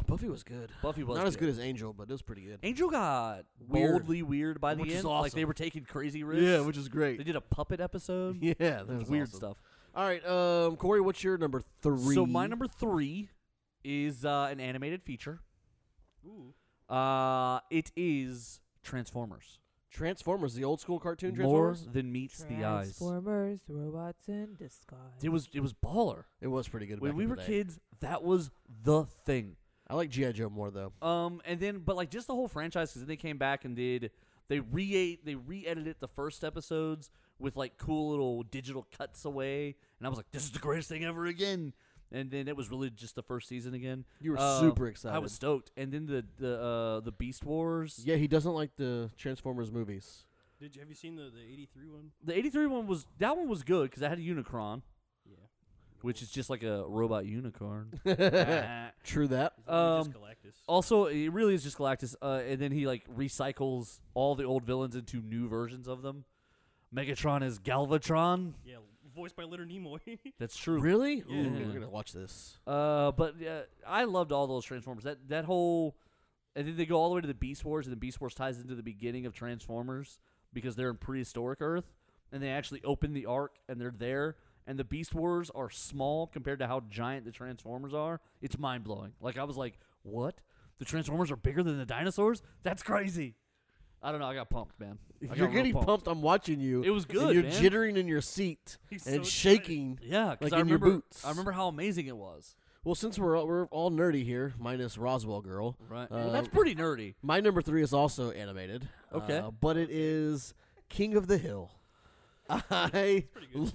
Speaker 1: Buffy was good.
Speaker 2: Buffy was
Speaker 1: Not as good as Angel, but it was pretty good.
Speaker 2: Angel got
Speaker 1: Weird.
Speaker 2: boldly weird by the
Speaker 1: Which is
Speaker 2: end. Like they
Speaker 1: awesome.
Speaker 2: were taking crazy risks.
Speaker 1: Yeah, which is
Speaker 2: they
Speaker 1: great.
Speaker 2: did a puppet episode.
Speaker 1: (laughs) Yeah, that
Speaker 2: It
Speaker 1: was
Speaker 2: was weird
Speaker 1: awesome.
Speaker 2: stuff.
Speaker 1: All right, um, Corey, what's your number three?
Speaker 2: So my number three is uh, an animated feature.
Speaker 3: Ooh.
Speaker 2: Uh, it is Transformers.
Speaker 1: Transformers, the old school cartoon
Speaker 2: More
Speaker 1: Transformers.
Speaker 2: than meets the eyes.
Speaker 4: Transformers, robots in disguise.
Speaker 2: It was it was baller.
Speaker 1: It was pretty good.
Speaker 2: When
Speaker 1: back
Speaker 2: we
Speaker 1: in
Speaker 2: were
Speaker 1: the day.
Speaker 2: kids, that was the thing.
Speaker 1: I like GI Joe more though.
Speaker 2: Um, and then but like just the whole franchise because then they came back and did they re they re edited the first episodes with like cool little digital cuts away, and I was like, this is the greatest thing ever again. And then it was really just the first season again.
Speaker 1: You were
Speaker 2: Uh,
Speaker 1: super excited.
Speaker 2: I was stoked. And then the the uh, the Beast Wars.
Speaker 1: Yeah, he doesn't like the Transformers movies.
Speaker 3: Did you have you seen the the '83 one?
Speaker 2: The '83 one was that one was good because I had a Unicron,
Speaker 3: Yeah.
Speaker 2: which is just like a robot unicorn.
Speaker 1: (laughs) True that.
Speaker 3: It's
Speaker 2: Um,
Speaker 3: literally just Galactus.
Speaker 2: also, it really is just Galactus, uh, and then he like recycles all the old villains into new versions of them. Megatron is Galvatron.
Speaker 3: Yeah, voiced by Leonard Nimoy. (laughs)
Speaker 2: That's true.
Speaker 1: Really?
Speaker 3: Yeah.
Speaker 1: Ooh, we're gonna watch this.
Speaker 2: Uh, but uh, I loved all those Transformers. That that whole, and then they go all the way to the Beast Wars, and the Beast Wars ties into the beginning of Transformers because they're in prehistoric Earth, and they actually open the Ark, and they're there. And the Beast Wars are small compared to how giant the Transformers are. It's mind blowing. Like I was like, what? The Transformers are bigger than the dinosaurs? That's crazy. I don't know. I got pumped, man. I got
Speaker 1: You're
Speaker 2: real
Speaker 1: getting pumped. I'm watching you.
Speaker 2: It was
Speaker 1: and
Speaker 2: good,
Speaker 1: you're
Speaker 2: man.
Speaker 1: jittering in your seat
Speaker 3: He's
Speaker 1: and
Speaker 3: so
Speaker 1: shaking.
Speaker 2: Yeah, 'cause
Speaker 1: Like
Speaker 2: I
Speaker 1: in your
Speaker 2: remember,
Speaker 1: boots.
Speaker 2: I remember how amazing it was.
Speaker 1: Well, since we're all, we're all nerdy here, minus Roswell girl.
Speaker 2: Right.
Speaker 1: Uh,
Speaker 2: well, that's pretty nerdy.
Speaker 1: My number three is also animated.
Speaker 2: Okay.
Speaker 1: uh, but it is King of the
Speaker 2: (laughs)
Speaker 1: Hill. I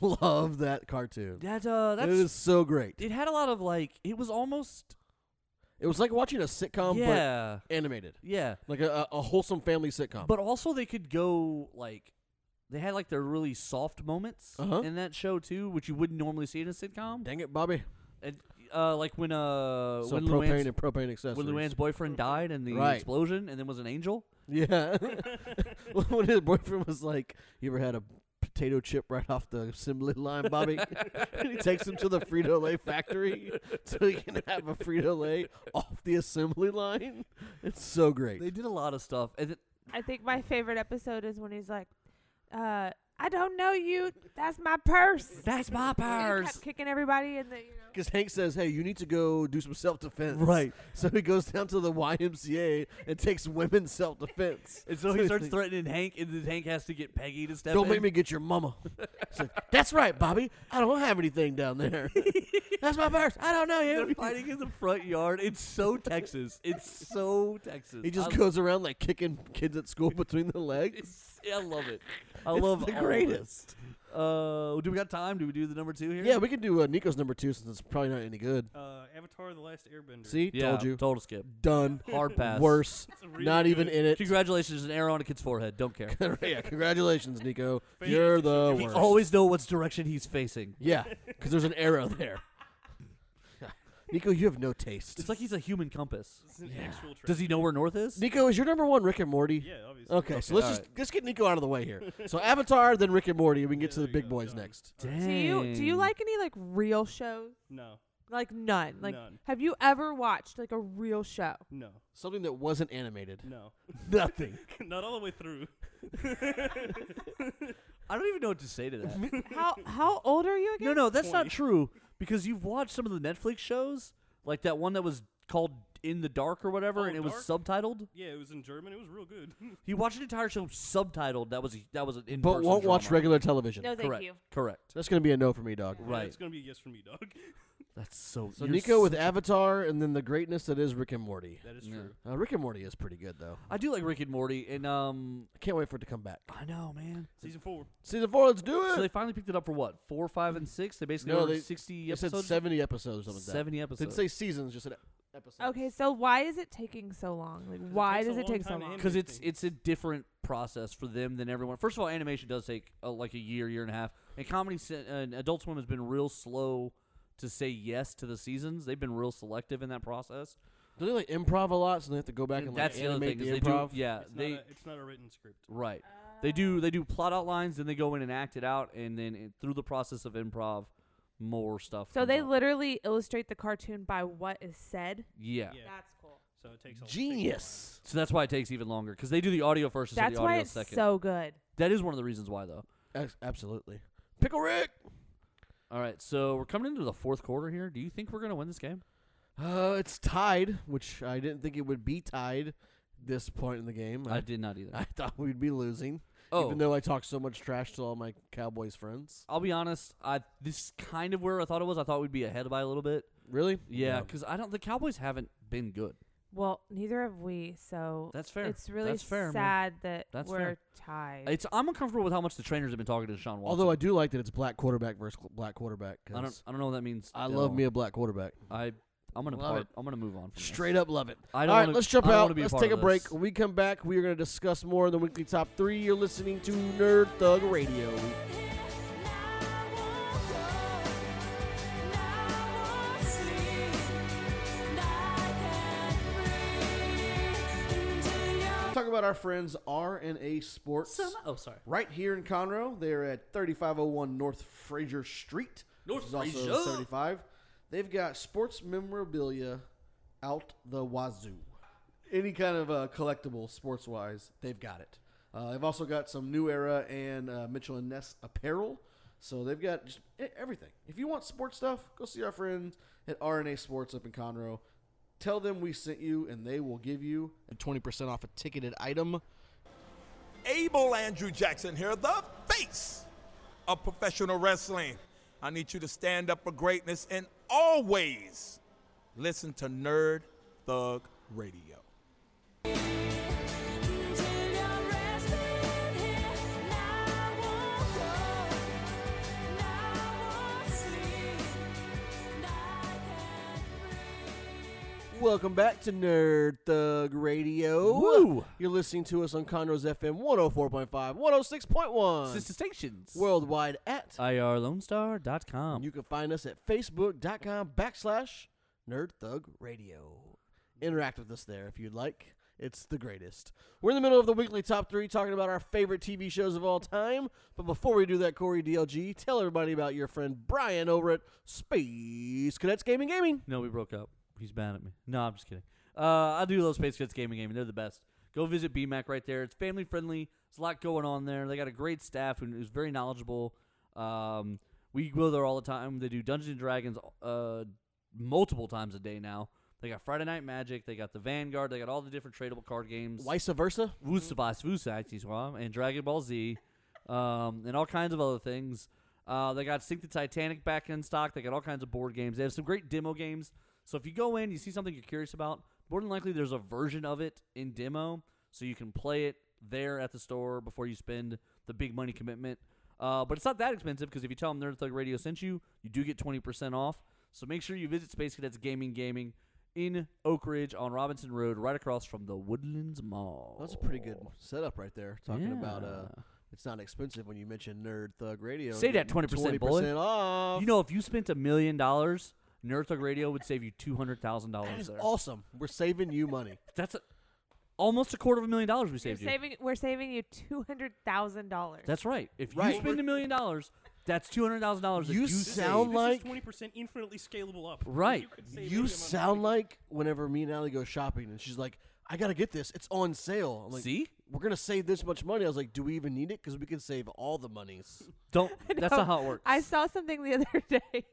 Speaker 1: love that cartoon.
Speaker 2: That uh,
Speaker 1: It
Speaker 2: that's
Speaker 1: is so great.
Speaker 2: it had a lot of like it was almost
Speaker 1: It was like watching a sitcom,
Speaker 2: yeah
Speaker 1: Um, but animated,
Speaker 2: yeah
Speaker 1: like a, a a wholesome family sitcom.
Speaker 2: but also they could go like they had like their really soft moments
Speaker 1: Uh-huh.
Speaker 2: in that show too which you wouldn't normally see in a sitcom
Speaker 1: dang it, Bobby!
Speaker 2: and, uh, like when uh
Speaker 1: So
Speaker 2: when
Speaker 1: propane
Speaker 2: Luann's,
Speaker 1: and propane accessories.
Speaker 2: when Luann's boyfriend died in the
Speaker 1: Right.
Speaker 2: explosion and then was an angel
Speaker 1: (laughs)
Speaker 2: (laughs)
Speaker 1: Yeah. when his boyfriend was like, "You ever had a potato chip right off the assembly line,
Speaker 2: (laughs)
Speaker 1: Bobby?" and he takes him to the Frito Lay factory (laughs) so he can have a Frito Lay off the assembly line. It's so great. (laughs)
Speaker 2: they did a lot of stuff and it,
Speaker 4: I think my favorite episode is when he's like, uh, "I don't know you. That's my purse."
Speaker 2: that's my
Speaker 4: And he
Speaker 2: powers
Speaker 4: kept kicking everybody in the. You know.
Speaker 1: Because Hank says, "Hey, you need to go do some self defense."
Speaker 2: Right.
Speaker 1: So he goes down to the YMCA and takes women's self defense.
Speaker 2: and so
Speaker 1: (laughs)
Speaker 2: he starts threatening Hank and then Hank has to get Peggy to step
Speaker 1: Don't
Speaker 2: in
Speaker 1: make me get your mama. It's like, That's right, Bobby. I don't have anything down
Speaker 2: (laughs)
Speaker 1: there. That's my purse. I don't (laughs) know
Speaker 2: they're
Speaker 1: you.
Speaker 2: fighting in the front yard. It's so Texas. It's so Texas.
Speaker 1: He just
Speaker 2: I-
Speaker 1: goes around like kicking kids at school between the legs.
Speaker 2: It's, I
Speaker 1: (laughs)
Speaker 2: love it. I
Speaker 1: It's
Speaker 2: love
Speaker 1: the
Speaker 2: all of it.
Speaker 1: greatest.
Speaker 2: Uh, do we got time? Do we do the number two here?
Speaker 1: Yeah, we can do uh, Nico's number two since it's probably not any good.
Speaker 3: uh, Avatar: The Last Airbender.
Speaker 1: See,
Speaker 2: yeah.
Speaker 1: told you.
Speaker 2: Total skip.
Speaker 1: Done.
Speaker 2: (laughs) Hard pass.
Speaker 1: Worse.
Speaker 3: It's really
Speaker 1: not even
Speaker 3: good.
Speaker 1: in it. (laughs)
Speaker 2: Congratulations, an arrow on a kid's forehead. Don't care.
Speaker 1: yeah, congratulations, Nico.
Speaker 3: Thank
Speaker 1: You're
Speaker 3: you.
Speaker 1: the
Speaker 3: He
Speaker 2: You
Speaker 1: worst.
Speaker 2: (laughs) always know what's direction he's facing.
Speaker 1: Yeah, because there's an arrow there.
Speaker 2: (laughs)
Speaker 1: Nico, you have no taste.
Speaker 2: It's like he's a human compass.
Speaker 3: It's an actual
Speaker 2: Does he know where north is?
Speaker 1: Nico, is your number one Rick and Morty?
Speaker 3: Yeah, obviously.
Speaker 1: Okay, so let's
Speaker 2: all
Speaker 1: just let's get Nico out of the way here. So Avatar, then Rick and Morty, and we can get
Speaker 3: Yeah,
Speaker 1: to the
Speaker 3: there you
Speaker 1: big
Speaker 3: go,
Speaker 1: boys
Speaker 3: done.
Speaker 1: next.
Speaker 2: Dang.
Speaker 4: Do you do you like any like real shows?
Speaker 3: No,
Speaker 4: Like none. Like
Speaker 3: None.
Speaker 4: have you ever watched like a real show?
Speaker 3: no,
Speaker 1: Something that wasn't
Speaker 2: (laughs)
Speaker 1: animated.
Speaker 3: no,
Speaker 1: Nothing.
Speaker 3: (laughs) not all the way through.
Speaker 2: I don't even know what to say to that. (laughs)
Speaker 4: How how old are you again?
Speaker 2: no, no, that's not true. Because you've watched some of the Netflix shows, like that one that was called In the Dark or whatever,
Speaker 3: Oh,
Speaker 2: and it was
Speaker 3: Dark?
Speaker 2: subtitled.
Speaker 3: Yeah, it was in German. It was real good. (laughs)
Speaker 2: He watched an entire show subtitled. That was that was an in
Speaker 1: But won't watch regular television.
Speaker 4: No, thank
Speaker 2: Correct.
Speaker 4: you.
Speaker 2: Correct.
Speaker 1: That's gonna be a no for me, dog.
Speaker 3: Yeah,
Speaker 2: Right.
Speaker 3: it's gonna be a yes from me, dog.
Speaker 2: That's so.
Speaker 1: So
Speaker 2: you're
Speaker 1: Nico with
Speaker 2: such-
Speaker 1: Avatar, and then the greatness that is Rick and Morty.
Speaker 3: (laughs) That is
Speaker 2: Yeah.
Speaker 3: true.
Speaker 1: Uh, Rick and Morty is pretty good though.
Speaker 2: I do like Rick and Morty, and um,
Speaker 1: I can't wait for it to come back.
Speaker 2: I know, man.
Speaker 3: Season four.
Speaker 1: Season four, let's do it.
Speaker 2: So they finally picked it up for what four, five, and six. They basically
Speaker 1: No,
Speaker 2: ordered
Speaker 1: they-
Speaker 2: sixty
Speaker 1: It said
Speaker 2: episodes.
Speaker 1: seventy episodes. or Something like that.
Speaker 2: Seventy
Speaker 1: Didn't
Speaker 2: episodes.
Speaker 1: say seasons, just said episodes.
Speaker 4: Okay, so why is it taking so long? Like,
Speaker 3: it
Speaker 4: why
Speaker 3: takes a
Speaker 4: does it
Speaker 3: long
Speaker 4: take so
Speaker 3: time to
Speaker 4: long?
Speaker 3: animate.
Speaker 2: because it's
Speaker 3: Interesting.
Speaker 2: it's a different process for them than everyone. First of all, animation does take uh, like a year, year and a half, and comedy Cen- and Adult Swim has been real slow to say yes to the seasons. They've been real selective in that process.
Speaker 1: Do they like improv a lot, so they have to go back and like
Speaker 2: That's the other
Speaker 1: animate
Speaker 2: thing is
Speaker 1: the
Speaker 2: they
Speaker 1: improv?
Speaker 2: do yeah
Speaker 3: It's,
Speaker 2: Uh, they
Speaker 3: not a, it's not a written script.
Speaker 2: right they do they do plot outlines, then they go in and act it out, and then it, through the process of improv, more stuff.
Speaker 4: So
Speaker 2: comes
Speaker 4: they
Speaker 2: up.
Speaker 4: literally illustrate the cartoon by what is said.
Speaker 2: yeah.
Speaker 3: Yeah.
Speaker 4: That's cool.
Speaker 3: So it takes a takes a while.
Speaker 1: Genius.
Speaker 2: So that's why it takes even longer because they do the audio first instead of
Speaker 4: That's
Speaker 2: the audio
Speaker 4: why it's
Speaker 2: second.
Speaker 4: so good.
Speaker 2: that is one of the reasons why though.
Speaker 1: Ex- absolutely. Pickle Rick.
Speaker 2: All right, so we're coming into the fourth quarter here. Do you think we're gonna win this game?
Speaker 1: Uh, it's tied, which I didn't think it would be tied this point in the game.
Speaker 2: I did not either.
Speaker 1: I (laughs) thought we'd be losing,
Speaker 2: oh,
Speaker 1: even though I talked so much trash to all my Cowboys friends.
Speaker 2: I'll be honest. I this is kind of where I thought it was. I thought we'd be ahead by a little bit.
Speaker 1: Really?
Speaker 2: Yeah, because I don't. The Cowboys haven't been good.
Speaker 4: Well, neither have we, so
Speaker 2: That's fair.
Speaker 4: it's really
Speaker 2: That's fair, man.
Speaker 4: sad that
Speaker 2: That's
Speaker 4: we're
Speaker 2: fair.
Speaker 4: tied.
Speaker 2: It's I'm uncomfortable with how much the trainers have been talking to Deshaun Watson.
Speaker 1: Although I do like that it's black quarterback versus cl- black quarterback.
Speaker 2: I don't
Speaker 1: 'cause
Speaker 2: I don't know what that means.
Speaker 1: I
Speaker 2: at
Speaker 1: love
Speaker 2: all.
Speaker 1: me a black quarterback.
Speaker 2: I I'm gonna
Speaker 1: Love
Speaker 2: part,
Speaker 1: it.
Speaker 2: I'm gonna move on. From
Speaker 1: Straight up love it.
Speaker 2: This. I don't
Speaker 1: All right,
Speaker 2: wanna,
Speaker 1: let's jump
Speaker 2: I don't wanna
Speaker 1: out.
Speaker 2: Be
Speaker 1: Let's
Speaker 2: part
Speaker 1: take a
Speaker 2: of
Speaker 1: break.
Speaker 2: this.
Speaker 1: When we come back, we are going to discuss more in the weekly top three. You're listening to Nerd Thug Radio. Talk about our friends R and A Sports.
Speaker 2: oh, sorry.
Speaker 1: right here in Conroe. They're at 3501 North Fraser Street.
Speaker 2: North
Speaker 1: which is also
Speaker 2: Fraser.
Speaker 1: 75. They've got sports memorabilia out the wazoo. Any kind of uh, collectible sports wise, they've got it. Uh, they've also got some New Era and uh, Mitchell and Ness apparel. So they've got just e- everything. If you want sports stuff, go see our friends at RNA Sports up in Conroe. Tell them we sent you, and they will give you 20% off a ticketed item.
Speaker 6: Abel Andrew Jackson here, the face of professional wrestling. I need you to stand up for greatness and always listen to Nerd Thug Radio.
Speaker 1: Welcome back to Nerd Thug Radio.
Speaker 2: Woo!
Speaker 1: You're listening to us on Conroe's FM 104.5, 106.1,
Speaker 2: Sister stations.
Speaker 1: worldwide at.
Speaker 2: IRLoneStar.com.
Speaker 1: you can find us at facebook.com backslash Nerd Thug Radio. Interact with us there if you'd like. It's the greatest. We're in the middle of the weekly top three talking about our favorite TV shows of all time. But before we do that, Corey DLG, tell everybody about your friend Brian over at Space Cadets Gaming Gaming.
Speaker 2: No, we broke up. He's mad at me. No, I'm just kidding. Uh, I do love Space Kids Gaming Gaming. They're the best. Go visit BMAC right there. It's family friendly. There's a lot going on there. They got a great staff who is very knowledgeable. Um, we go there all the time. They do Dungeons and Dragons uh, multiple times a day now. They got Friday Night Magic. They got the Vanguard. They got all the different tradable card games.
Speaker 1: Vice versa.
Speaker 2: Wusabas Wusatizwa and Dragon Ball Z, um, and all kinds of other things. Uh, they got Sink the Titanic back in stock. They got all kinds of board games. They have some great demo games. So if you go in, you see something you're curious about, more than likely there's a version of it in demo, so you can play it there at the store before you spend the big money commitment. Uh, but it's not that expensive because if you tell them Nerd Thug Radio sent you, you do get 20% off. So make sure you visit Space Cadets Gaming Gaming in Oak Ridge on Robinson Road, right across from the Woodlands Mall.
Speaker 1: That's a pretty good setup right there. Talking about uh,
Speaker 2: Yeah.
Speaker 1: it's not expensive when you mention Nerd Thug Radio.
Speaker 2: Say
Speaker 1: and
Speaker 2: that
Speaker 1: getting
Speaker 2: 20%, boy.
Speaker 1: 20% off.
Speaker 2: You know, if you spent a million dollars, Nerd Thug Radio would save you two hundred thousand
Speaker 1: that
Speaker 2: dollars
Speaker 1: is
Speaker 2: there.
Speaker 1: awesome. We're saving you money.
Speaker 2: (laughs) That's a, almost a quarter of a million dollars we
Speaker 4: You're
Speaker 2: saved you.
Speaker 4: saving, we're saving you two hundred thousand dollars.
Speaker 2: That's right. If
Speaker 1: Right.
Speaker 2: you spend a million dollars, that's two hundred thousand dollars. that
Speaker 1: You
Speaker 2: you
Speaker 1: sound
Speaker 2: saved.
Speaker 3: This
Speaker 1: Like-
Speaker 3: is twenty percent infinitely scalable up.
Speaker 2: Right.
Speaker 3: You, could save any
Speaker 1: You
Speaker 3: amount of
Speaker 1: sound
Speaker 3: money.
Speaker 1: like whenever me and Allie go shopping, and she's like, "I gotta get this. It's on sale." I'm like,
Speaker 2: See,
Speaker 1: we're gonna save this much money." I was like, "Do we even need it? Because we can save all the monies."
Speaker 4: (laughs)
Speaker 2: don't. That's
Speaker 4: No,
Speaker 2: not how it works.
Speaker 4: I saw something the (laughs) other day.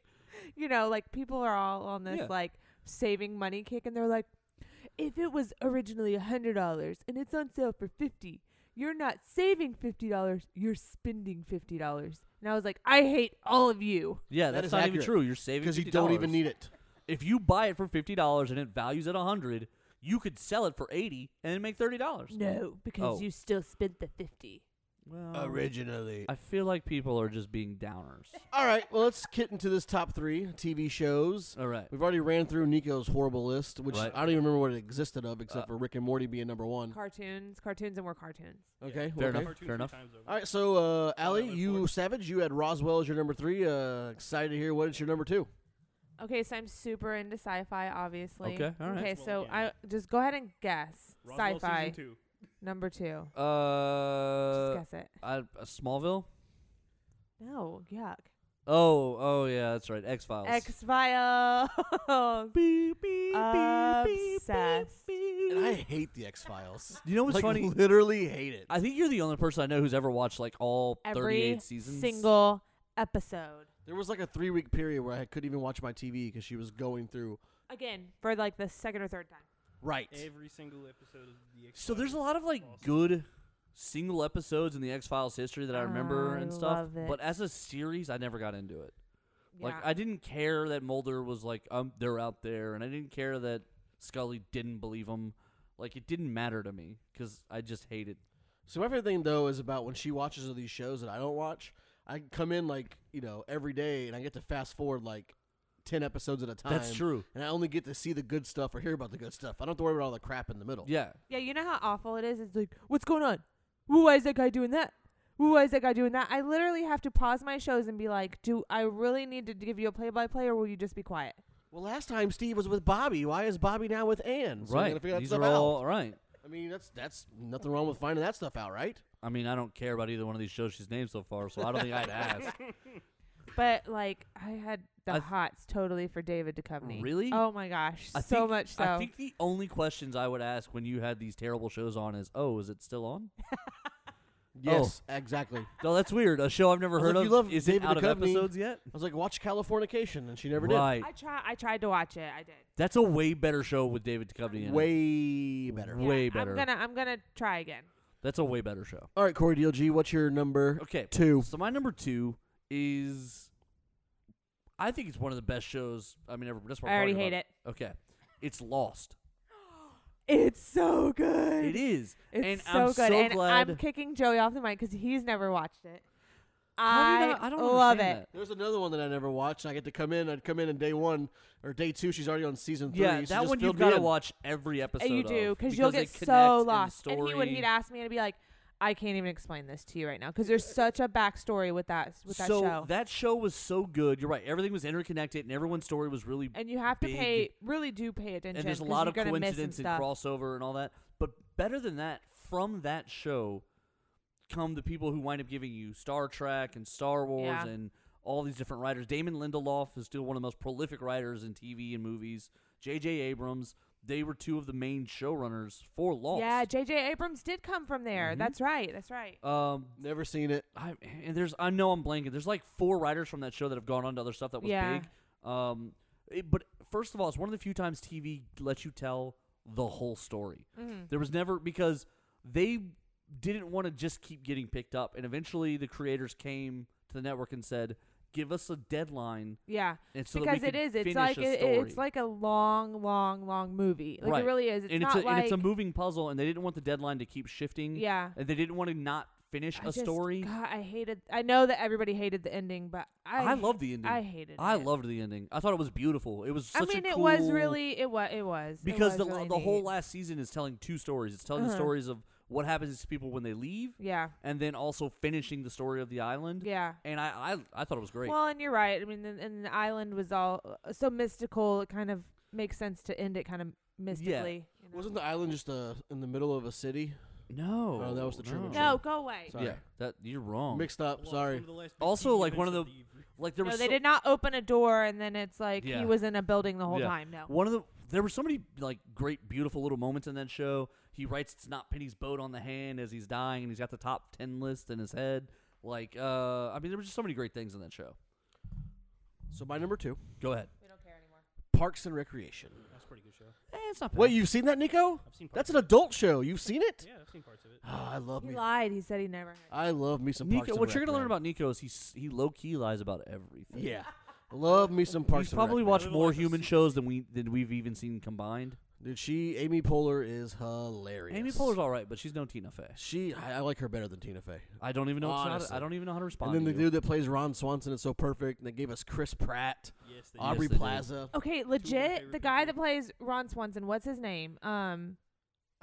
Speaker 4: You know, like people are all on this
Speaker 2: Yeah.
Speaker 4: like saving money kick, and they're like, if it was originally a hundred dollars and it's on sale for fifty, you're not saving $50, you're spending $50. And I was like, I hate all of you.
Speaker 2: Yeah,
Speaker 7: That
Speaker 2: that's
Speaker 7: is
Speaker 2: not even
Speaker 7: accurate.
Speaker 2: true. You're saving
Speaker 7: because you don't even
Speaker 2: $50.
Speaker 7: need it.
Speaker 2: If you buy it for fifty dollars and it values at a hundred, you could sell it for eighty and then make thirty dollars.
Speaker 4: No, because
Speaker 2: Oh.
Speaker 4: you still spent the 50.
Speaker 2: Well,
Speaker 7: Originally.
Speaker 2: I feel like people are just being downers.
Speaker 7: All right, well, let's get into this top three TV shows.
Speaker 2: All right.
Speaker 7: We've already ran through Nico's horrible list, which
Speaker 2: Right.
Speaker 7: I don't even remember what it existed of, except
Speaker 2: Uh,
Speaker 7: for Rick and Morty being number
Speaker 2: Mm.
Speaker 7: one.
Speaker 4: Cartoons, cartoons and more cartoons.
Speaker 7: Okay,
Speaker 2: fair
Speaker 7: okay.
Speaker 2: enough.
Speaker 3: Cartoons
Speaker 2: fair
Speaker 3: three
Speaker 2: enough.
Speaker 3: times over.
Speaker 7: All right, so uh, Allie,
Speaker 3: number
Speaker 7: you
Speaker 3: four.
Speaker 7: savage, you had Roswell as your number three. Uh, excited to hear what is your number two.
Speaker 4: Okay, so I'm super into sci-fi, obviously.
Speaker 2: Okay, all right.
Speaker 4: Okay,
Speaker 3: Well,
Speaker 4: so
Speaker 3: again.
Speaker 4: I just go ahead and guess
Speaker 3: Roswell
Speaker 4: sci-fi
Speaker 3: season two.
Speaker 4: number two.
Speaker 2: Uh,
Speaker 4: just guess it.
Speaker 2: I, uh, Smallville.
Speaker 4: No, yuck.
Speaker 2: Oh, oh yeah, that's right. X Files.
Speaker 4: X
Speaker 2: (laughs)
Speaker 4: Files. Obsessed.
Speaker 7: And I hate the X Files.
Speaker 2: You know what's
Speaker 7: like,
Speaker 2: funny?
Speaker 7: Literally hate it.
Speaker 2: I think you're the only person I know who's ever watched like all
Speaker 4: Every
Speaker 2: 38 seasons.
Speaker 4: single episode.
Speaker 7: There was like a three week period where I couldn't even watch my TV because she was going through.
Speaker 4: Again, for like the second or third time.
Speaker 7: Right.
Speaker 3: Every single episode of the X.
Speaker 2: So there's a lot of like good single episodes in the X Files history that I remember
Speaker 4: Oh, I
Speaker 2: and stuff.
Speaker 4: love it.
Speaker 2: But as a series, I never got into it. Like
Speaker 4: Yeah.
Speaker 2: I didn't care that Mulder was like, um, they're out there, and I didn't care that Scully didn't believe him. Like it didn't matter to me because I just hated.
Speaker 7: So my favorite thing though is about when she watches these shows that I don't watch. I come in like you know every day, and I get to fast forward like ten episodes at a time.
Speaker 2: That's true.
Speaker 7: And I only get to see the good stuff or hear about the good stuff. I don't have to worry about all the crap in the middle.
Speaker 2: Yeah,
Speaker 4: Yeah, you know how awful it is? It's like, what's going on? Woo, why is that guy doing that? Woo, why is that guy doing that? I literally have to pause my shows and be like, do I really need to give you a play by play or will you just be quiet?
Speaker 7: Well, last time Steve was with Bobby. Why is Bobby now with Ann? So we
Speaker 2: right.
Speaker 7: gotta figure that
Speaker 2: These
Speaker 7: stuff
Speaker 2: are all
Speaker 7: out.
Speaker 2: right.
Speaker 7: I mean, that's that's nothing wrong with finding that stuff out, right?
Speaker 2: I mean, I don't care about either one of these shows she's named so far, so I don't think I'd
Speaker 4: (laughs)
Speaker 2: ask.
Speaker 4: But like, I had the
Speaker 2: I th-
Speaker 4: hots totally for David Duchovny.
Speaker 2: Really?
Speaker 4: Oh my gosh,
Speaker 2: I
Speaker 4: so
Speaker 2: think-
Speaker 4: much so.
Speaker 2: I think the only questions I would ask when you had these terrible shows on is, "Oh, is it still on?" (laughs)
Speaker 7: Yes, Oh, exactly. I
Speaker 2: No, that's weird. A show I've never
Speaker 7: I was
Speaker 2: heard
Speaker 7: like,
Speaker 2: of
Speaker 7: you love
Speaker 2: is it
Speaker 7: David
Speaker 2: out of
Speaker 7: Duchovny.
Speaker 2: episodes yet.
Speaker 7: was like, watch Californication, and she never
Speaker 2: right,
Speaker 4: I try. I tried to watch it. I did.
Speaker 2: that's a way better show with David Duchovny. In
Speaker 7: did.
Speaker 2: it.
Speaker 7: Way better.
Speaker 2: Way
Speaker 4: Yeah,
Speaker 2: better.
Speaker 4: I'm gonna. I'm gonna try again.
Speaker 2: that's a way better show.
Speaker 7: All right, Corey DLG, what's your number?
Speaker 2: Okay,
Speaker 7: Two.
Speaker 2: So my number two is, I think it's one of the best shows. I mean, ever. That's what
Speaker 4: I
Speaker 2: I'm
Speaker 4: already
Speaker 2: talking
Speaker 4: hate
Speaker 2: about. Okay, it's Lost.
Speaker 4: It's so good.
Speaker 2: It is,
Speaker 4: It's
Speaker 2: and
Speaker 4: so
Speaker 2: I'm
Speaker 4: good.
Speaker 2: so
Speaker 4: and
Speaker 2: glad.
Speaker 4: I'm kicking Joey off the mic because he's never watched it.
Speaker 2: How do
Speaker 4: I
Speaker 2: you not- I don't
Speaker 4: love
Speaker 2: understand
Speaker 4: it.
Speaker 2: that.
Speaker 7: There's another one that I never watched. and I get to come in. I'd come in on day one or day two. She's already on season three.
Speaker 2: Yeah,
Speaker 7: so
Speaker 2: that
Speaker 7: just
Speaker 2: one
Speaker 7: filled
Speaker 2: you've
Speaker 7: me
Speaker 2: got to
Speaker 7: in.
Speaker 2: watch every episode.
Speaker 4: And you do
Speaker 2: of,
Speaker 4: you'll
Speaker 2: they
Speaker 4: get
Speaker 2: connect in
Speaker 4: so
Speaker 2: the
Speaker 4: lost. And he would
Speaker 2: story.
Speaker 4: he'd ask me and I'd be like, I can't even explain this to you right now because there's such a backstory with that with that
Speaker 2: Uh, so
Speaker 4: show.
Speaker 2: that show was so good. You're right. Everything was interconnected, and everyone's story was really.
Speaker 4: and you have to
Speaker 2: big,
Speaker 4: pay really do pay attention.
Speaker 2: And there's a
Speaker 4: 'cause
Speaker 2: lot
Speaker 4: you're
Speaker 2: of
Speaker 4: gonna miss some
Speaker 2: coincidence and
Speaker 4: stuff.
Speaker 2: crossover and all that. But better than that, from that show, come the people who wind up giving you Star Trek and Star Wars
Speaker 4: Yeah.
Speaker 2: and all these different writers. Damon Lindelof is still one of the most prolific writers in TV and movies. J.J. Abrams. They were two of the main showrunners for Lost.
Speaker 4: Yeah, J.J. Abrams did come from there.
Speaker 2: Mm-hmm.
Speaker 4: That's right. That's right.
Speaker 2: Um,
Speaker 7: Never seen it.
Speaker 2: I and there's I know I'm blanking. There's like four writers from that show that have gone on to other stuff that was
Speaker 4: Yeah.
Speaker 2: big. Um, it- but first of all, it's one of the few times TV lets you tell the whole story.
Speaker 4: Mm-hmm.
Speaker 2: There was never because they didn't want to just keep getting picked up, and eventually the creators came to the network and said, "Give us a deadline."
Speaker 4: Yeah,
Speaker 2: And so that we
Speaker 4: because it
Speaker 2: could
Speaker 4: is. It's
Speaker 2: finish
Speaker 4: like
Speaker 2: a
Speaker 4: it- it-
Speaker 2: story.
Speaker 4: it's like a long, long, long movie. Like
Speaker 2: right.
Speaker 4: it really is. It's
Speaker 2: and
Speaker 4: not
Speaker 2: it's a,
Speaker 4: like
Speaker 2: and it's a moving puzzle, and they didn't want the deadline to keep shifting.
Speaker 4: Yeah.
Speaker 2: and they didn't want to not finish
Speaker 4: I
Speaker 2: a
Speaker 4: just-
Speaker 2: story.
Speaker 4: God, I hated. I know that everybody hated the ending, but I
Speaker 2: I, love the ending.
Speaker 4: I hated.
Speaker 2: I
Speaker 4: it.
Speaker 2: loved the ending. I thought it was beautiful. It was
Speaker 4: I
Speaker 2: such
Speaker 4: mean,
Speaker 2: a
Speaker 4: it
Speaker 2: cool
Speaker 4: was really. It was. It was it
Speaker 2: because
Speaker 4: was
Speaker 2: the
Speaker 4: really
Speaker 2: the whole
Speaker 4: neat.
Speaker 2: last season is telling two stories. It's telling the
Speaker 4: Uh-huh.
Speaker 2: stories of what happens to people when they leave,
Speaker 4: Yeah.
Speaker 2: and then also finishing the story of the island.
Speaker 4: Yeah.
Speaker 2: and I I, I thought it was great.
Speaker 4: Well, and you're right. I mean, and, and the island was all uh, so mystical. It kind of makes sense to end it kind of mystically. you know?
Speaker 7: Wasn't the island just uh, in the middle of a city?
Speaker 2: no,
Speaker 7: Oh, that was the Truman
Speaker 4: no,
Speaker 7: Show.
Speaker 4: go away.
Speaker 7: Sorry.
Speaker 2: yeah, that you're wrong.
Speaker 7: Mixed up. Sorry.
Speaker 2: Also, like, one of the- like there
Speaker 4: No,
Speaker 2: was
Speaker 4: they
Speaker 2: so-
Speaker 4: did not open a door, and then it's like
Speaker 2: Yeah.
Speaker 4: he was in a building the whole
Speaker 2: Yeah.
Speaker 4: time. No.
Speaker 2: One of the there were so many like great, beautiful little moments in that show. He writes "It's not Penny's boat" on the hand as he's dying, and he's got the top ten list in his head. Like, uh, I mean, there were just so many great things in that show.
Speaker 7: So my number two
Speaker 2: Go ahead.
Speaker 4: We don't care anymore.
Speaker 7: Parks and Recreation.
Speaker 3: That's a pretty good show.
Speaker 2: Eh, it's not bad.
Speaker 7: Wait, you've seen that, Nico?
Speaker 3: I've seen parts.
Speaker 7: That's an adult show. You've seen it?
Speaker 3: yeah, I've seen parts of it.
Speaker 7: Ah, I love
Speaker 4: He
Speaker 7: me.
Speaker 4: lied. He said he never had.
Speaker 7: I love me some Parks
Speaker 2: Nico,
Speaker 7: and
Speaker 2: what you're
Speaker 7: Rec,
Speaker 2: gonna learn
Speaker 7: man.
Speaker 2: about Nico is he's he low key lies about everything.
Speaker 7: Yeah, love me some Parks
Speaker 2: He's
Speaker 7: and Rec,
Speaker 2: probably
Speaker 7: man.
Speaker 2: watched
Speaker 3: Live a
Speaker 2: more
Speaker 3: life of
Speaker 2: human
Speaker 3: secrets.
Speaker 2: shows than we than we've even seen combined.
Speaker 7: Dude, she Amy Poehler is hilarious.
Speaker 2: Amy Poehler's all right, but she's no Tina Fey.
Speaker 7: She, I, I like her better than Tina Fey.
Speaker 2: I don't even know. How to,
Speaker 7: Honestly.
Speaker 2: I don't even know how to respond.
Speaker 7: And then
Speaker 2: to
Speaker 7: the
Speaker 2: you.
Speaker 7: dude that plays Ron Swanson is so perfect. And they gave us Chris Pratt,
Speaker 3: Yes, they
Speaker 7: Aubrey
Speaker 2: they did.
Speaker 7: Plaza.
Speaker 4: Okay,
Speaker 3: favorite
Speaker 4: legit. The guy that
Speaker 3: people.
Speaker 4: plays Ron Swanson, what's his name? Um,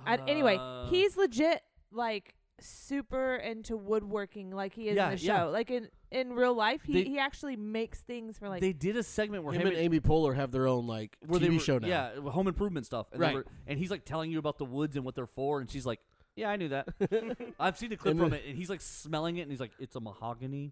Speaker 4: I, anyway,
Speaker 2: Uh,
Speaker 4: he's legit like super into woodworking, like he is
Speaker 2: Yeah,
Speaker 4: in the show.
Speaker 2: yeah.
Speaker 4: Like in in real life, he
Speaker 2: They-
Speaker 4: he actually makes things for like.
Speaker 2: they did a segment where
Speaker 7: Him
Speaker 2: him
Speaker 7: and Amy Poehler have their own like
Speaker 2: where
Speaker 7: TV
Speaker 2: they were,
Speaker 7: show now.
Speaker 2: Yeah, home improvement stuff. And they
Speaker 7: Right.
Speaker 2: were- and he's like telling you about the woods and what they're for, and she's like, "Yeah, I knew that. I've seen a clip
Speaker 7: (laughs) And
Speaker 2: from
Speaker 7: then-
Speaker 2: it." And he's like smelling it, and he's like, "It's a mahogany."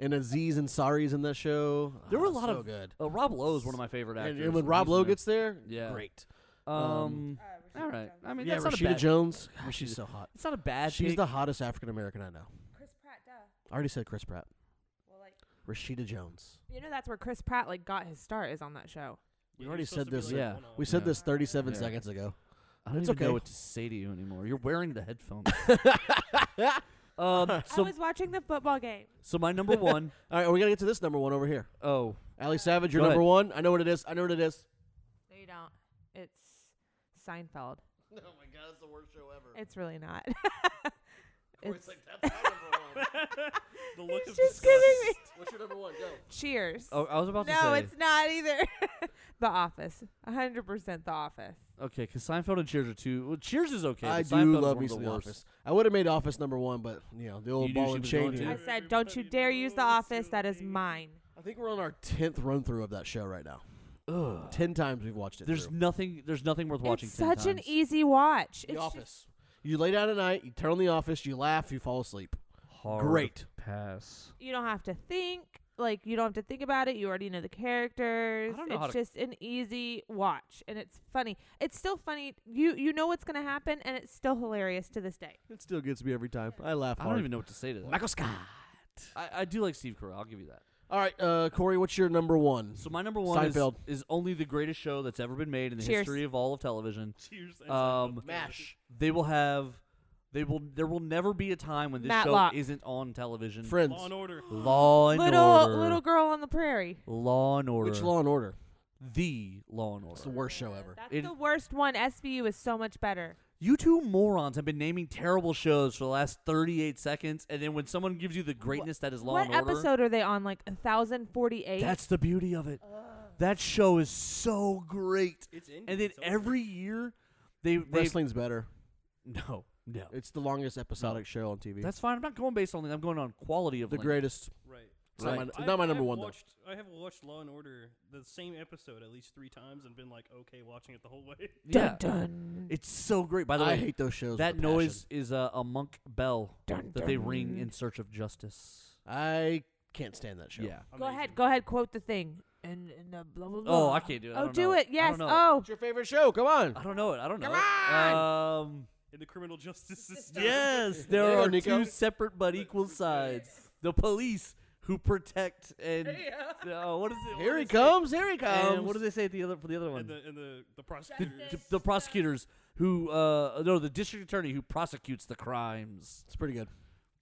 Speaker 7: And Aziz Ansari's in that show.
Speaker 2: There were a
Speaker 7: Ah,
Speaker 2: lot
Speaker 7: so
Speaker 2: of
Speaker 7: good.
Speaker 2: Uh, Rob Lowe is one of my favorite actors.
Speaker 7: And, and when Rob
Speaker 2: He's in
Speaker 7: Lowe
Speaker 2: there.
Speaker 7: gets there,
Speaker 2: Yeah.
Speaker 7: great.
Speaker 2: um,
Speaker 4: Uh,
Speaker 2: all right. I mean,
Speaker 7: yeah,
Speaker 2: that's not a
Speaker 7: Rashida
Speaker 2: bad.
Speaker 7: Jones. God, she's so hot.
Speaker 2: It's not a bad.
Speaker 7: She's
Speaker 2: pick.
Speaker 7: the hottest African American I know.
Speaker 4: Chris Pratt, duh.
Speaker 7: I already said Chris Pratt.
Speaker 4: Well, like
Speaker 7: Rashida Jones.
Speaker 4: you know, that's where Chris Pratt like got his start is on that show.
Speaker 7: We
Speaker 3: Yeah,
Speaker 7: already
Speaker 3: you're supposed
Speaker 7: said
Speaker 3: to be
Speaker 7: this.
Speaker 3: like
Speaker 2: Yeah.
Speaker 3: one on
Speaker 7: We said
Speaker 2: Yeah.
Speaker 7: this 37
Speaker 2: Yeah.
Speaker 7: seconds ago.
Speaker 2: I don't
Speaker 7: It's
Speaker 2: even
Speaker 7: okay.
Speaker 2: know what to say to you anymore. You're wearing the headphones. (laughs) um, so,
Speaker 4: I was watching the football game.
Speaker 2: so my number one.
Speaker 4: (laughs)
Speaker 7: All right, we gotta get to this number one over here.
Speaker 2: Oh,
Speaker 7: Ali Savage, your
Speaker 2: Go
Speaker 7: number
Speaker 2: ahead.
Speaker 7: one. I know what it is. I know what it is.
Speaker 4: No, you don't. It's Seinfeld.
Speaker 7: Oh my god, that's the worst show ever.
Speaker 4: It's really not. it's (laughs)
Speaker 3: The look
Speaker 4: He's
Speaker 3: of
Speaker 4: just
Speaker 3: disgust.
Speaker 4: giving me- (laughs)
Speaker 7: What's your number one? Go.
Speaker 4: Cheers.
Speaker 2: oh, I was about to say.
Speaker 4: no, it's not either. (laughs) the Office, hundred percent. The Office.
Speaker 2: Okay, because Seinfeld and Cheers are two. Well, Cheers is okay.
Speaker 7: I
Speaker 2: but
Speaker 7: do
Speaker 2: Seinfeld is
Speaker 7: love
Speaker 2: one
Speaker 7: me
Speaker 2: of the
Speaker 7: some The
Speaker 2: worst.
Speaker 7: Office. I would have made Office number one, but you know the old
Speaker 2: knew
Speaker 7: ball
Speaker 2: she
Speaker 7: and
Speaker 2: was going
Speaker 7: chain.
Speaker 2: to.
Speaker 7: Here.
Speaker 4: I said, "Don't you dare use the Office." That is mine.
Speaker 7: I think we're on our tenth run through of that show right now.
Speaker 2: Ugh.
Speaker 7: Ten times we've watched it.
Speaker 2: There's
Speaker 7: through.
Speaker 2: nothing. There's nothing worth watching.
Speaker 4: It's
Speaker 2: 10
Speaker 4: such an e-
Speaker 2: times.
Speaker 4: easy watch.
Speaker 7: The
Speaker 4: It's
Speaker 7: Office.
Speaker 4: just-
Speaker 7: you lay down at night, you turn on The Office, you laugh, you fall asleep.
Speaker 2: Hard
Speaker 7: Great.
Speaker 2: pass.
Speaker 4: you don't have to think. Like you don't have to think about it. You already know the characters.
Speaker 2: I don't know how
Speaker 4: it's
Speaker 2: to-
Speaker 4: just an easy watch, and it's funny. It's still funny. You you know what's gonna happen, and it's still hilarious to this day.
Speaker 7: It still gets me every time. I laugh.
Speaker 2: I don't even know what to say to that.
Speaker 7: Michael Scott.
Speaker 2: I, I do like Steve Carell. I'll give you that.
Speaker 7: All right, uh, Corey, what's your number one?
Speaker 2: So my number one is,
Speaker 7: Seinfeld.
Speaker 2: is only the greatest show that's ever been made in the
Speaker 4: Cheers.
Speaker 2: history of all of television.
Speaker 3: (laughs) Cheers. and
Speaker 2: Um,
Speaker 3: Seinfeld.
Speaker 7: Mash.
Speaker 2: They will have. They will. There will never be a time when this
Speaker 4: Matlock.
Speaker 2: show isn't on television.
Speaker 7: Friends.
Speaker 3: Law and Order.
Speaker 2: Law and
Speaker 4: little
Speaker 2: Order.
Speaker 4: little girl on the prairie.
Speaker 2: Law and Order.
Speaker 7: Which Law and Order?
Speaker 2: The Law and
Speaker 7: It's the
Speaker 2: Order.
Speaker 7: worst show ever.
Speaker 4: That's
Speaker 2: It-
Speaker 4: the worst one. SVU is so much better.
Speaker 2: You two morons have been naming terrible shows for the last 38 seconds, and then when someone gives you the greatness that is Law
Speaker 4: what
Speaker 2: and Order,
Speaker 4: episode are they on? Like thousand forty eight.
Speaker 2: that's the beauty of it. That show is so great.
Speaker 3: It's ending.
Speaker 2: And then
Speaker 3: It's over.
Speaker 2: every year, they they
Speaker 7: Wrestling's better.
Speaker 2: (laughs) no no.
Speaker 7: It's the longest episodic show on TV.
Speaker 2: That's fine. I'm not going based on that. I'm going on quality of
Speaker 7: the
Speaker 2: length.
Speaker 7: greatest.
Speaker 3: Right.
Speaker 7: It's not
Speaker 2: Right.
Speaker 7: my, it's not my
Speaker 3: I've-
Speaker 7: number
Speaker 3: I've
Speaker 7: one though.
Speaker 3: watched, I have watched Law and Order the same episode at least three times and been like okay watching it the whole way. (laughs)
Speaker 2: Yeah,
Speaker 4: dun.
Speaker 2: it's so great. By the
Speaker 7: I
Speaker 2: way,
Speaker 7: hate those shows.
Speaker 2: that
Speaker 7: with a passion.
Speaker 2: noise is uh, a monk bell that they ring
Speaker 4: dun.
Speaker 2: in search of justice.
Speaker 7: I can't stand that show.
Speaker 2: Yeah.
Speaker 4: Go
Speaker 3: Amazing.
Speaker 4: ahead. Go ahead. Quote the thing. And, and the blah blah blah.
Speaker 2: Oh, I can't do it. I
Speaker 4: Oh,
Speaker 2: don't
Speaker 4: do
Speaker 2: know.
Speaker 4: it.
Speaker 2: I don't
Speaker 4: Yes.
Speaker 2: know.
Speaker 4: Oh.
Speaker 7: What's your favorite show? Come on.
Speaker 2: I don't know it. I don't know.
Speaker 7: Come
Speaker 2: it.
Speaker 7: on!
Speaker 2: Um,
Speaker 3: In the criminal justice system.
Speaker 2: Yes, there
Speaker 7: you go,
Speaker 2: are
Speaker 7: Nico.
Speaker 2: two separate but equal sides. The police who protect and (laughs) uh, what is it?
Speaker 7: Here
Speaker 2: what
Speaker 7: he
Speaker 2: is it?
Speaker 7: comes. Here he comes.
Speaker 2: And what do they say at the other for the other
Speaker 3: (laughs)
Speaker 2: one?
Speaker 3: And the and the the prosecutor.
Speaker 2: The-
Speaker 7: (laughs)
Speaker 2: the prosecutors who uh, no, the district attorney who prosecutes the crimes.
Speaker 7: it's pretty good.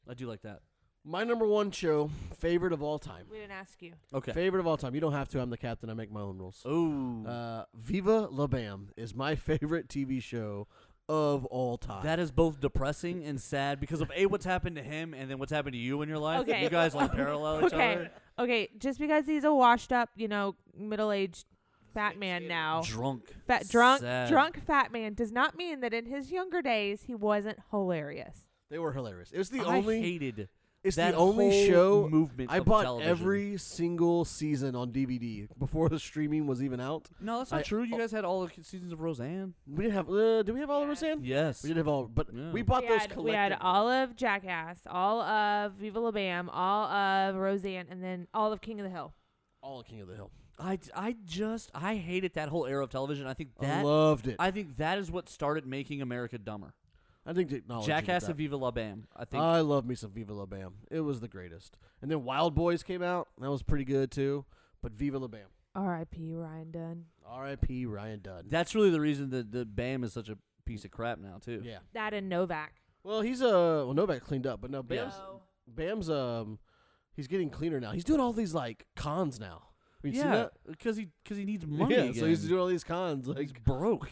Speaker 2: I do like that.
Speaker 7: My number one show, favorite of all time.
Speaker 4: We didn't ask you.
Speaker 2: Okay.
Speaker 7: Favorite of all time. You don't have to. I'm the captain. I make my own rules.
Speaker 2: oh,
Speaker 7: Uh, Viva La Bam is my (laughs) favorite TV show of all time.
Speaker 2: that is both depressing and sad because of a what's happened to him and then what's happened to you in your life. You guys like parallel each
Speaker 4: okay.
Speaker 2: other.
Speaker 4: Okay. Just because he's a washed up, you know, middle aged fat man now,
Speaker 2: Drunk.
Speaker 4: fat Oh. drunk,
Speaker 2: sad.
Speaker 4: drunk fat man, does not mean that in his younger days he wasn't hilarious.
Speaker 7: they were hilarious. It was the
Speaker 2: I
Speaker 7: only.
Speaker 2: hated.
Speaker 7: it's
Speaker 2: that
Speaker 7: the only
Speaker 2: whole
Speaker 7: show
Speaker 2: movement
Speaker 7: I
Speaker 2: of
Speaker 7: bought
Speaker 2: television.
Speaker 7: every single season on DVD before the streaming was even out.
Speaker 2: No, that's not
Speaker 7: I-
Speaker 2: true. You guys had all the seasons of Roseanne.
Speaker 7: We didn't have. Uh, did we have all of those in?
Speaker 2: Yes.
Speaker 7: We didn't have all, but
Speaker 2: Yeah.
Speaker 7: we bought
Speaker 4: We
Speaker 7: those
Speaker 4: had,
Speaker 7: collectively.
Speaker 4: we had all of Jackass, all of Viva La Bam, all of Roseanne, and then all of King of the Hill.
Speaker 7: all of King of the Hill.
Speaker 2: I, I just I hated that whole era of television. I think
Speaker 7: I
Speaker 2: that
Speaker 7: loved it. I,
Speaker 2: I think that is what started making America dumber.
Speaker 7: think technology. did
Speaker 2: Jackass
Speaker 7: that.
Speaker 2: and Viva La Bam. I think
Speaker 7: I love me some Viva La Bam. It was the greatest. And then Wild Boys came out. That was pretty good too. But Viva La Bam.
Speaker 4: R.I.P. Ryan Dunn.
Speaker 7: R.I.P. Ryan Dunn.
Speaker 2: That's really the reason that the Bam is such a piece of crap now too.
Speaker 7: yeah.
Speaker 4: That and Novak.
Speaker 7: Well, he's uh well Novak cleaned up, but no
Speaker 2: Yeah.
Speaker 7: Bam's Bam's um he's getting cleaner now. He's doing all these like cons now. Have you seen
Speaker 2: yeah,
Speaker 7: that?
Speaker 2: because he because he needs money.
Speaker 7: yeah,
Speaker 2: again.
Speaker 7: so he's doing all these cons. Like
Speaker 2: He's
Speaker 7: (laughs)
Speaker 2: broke.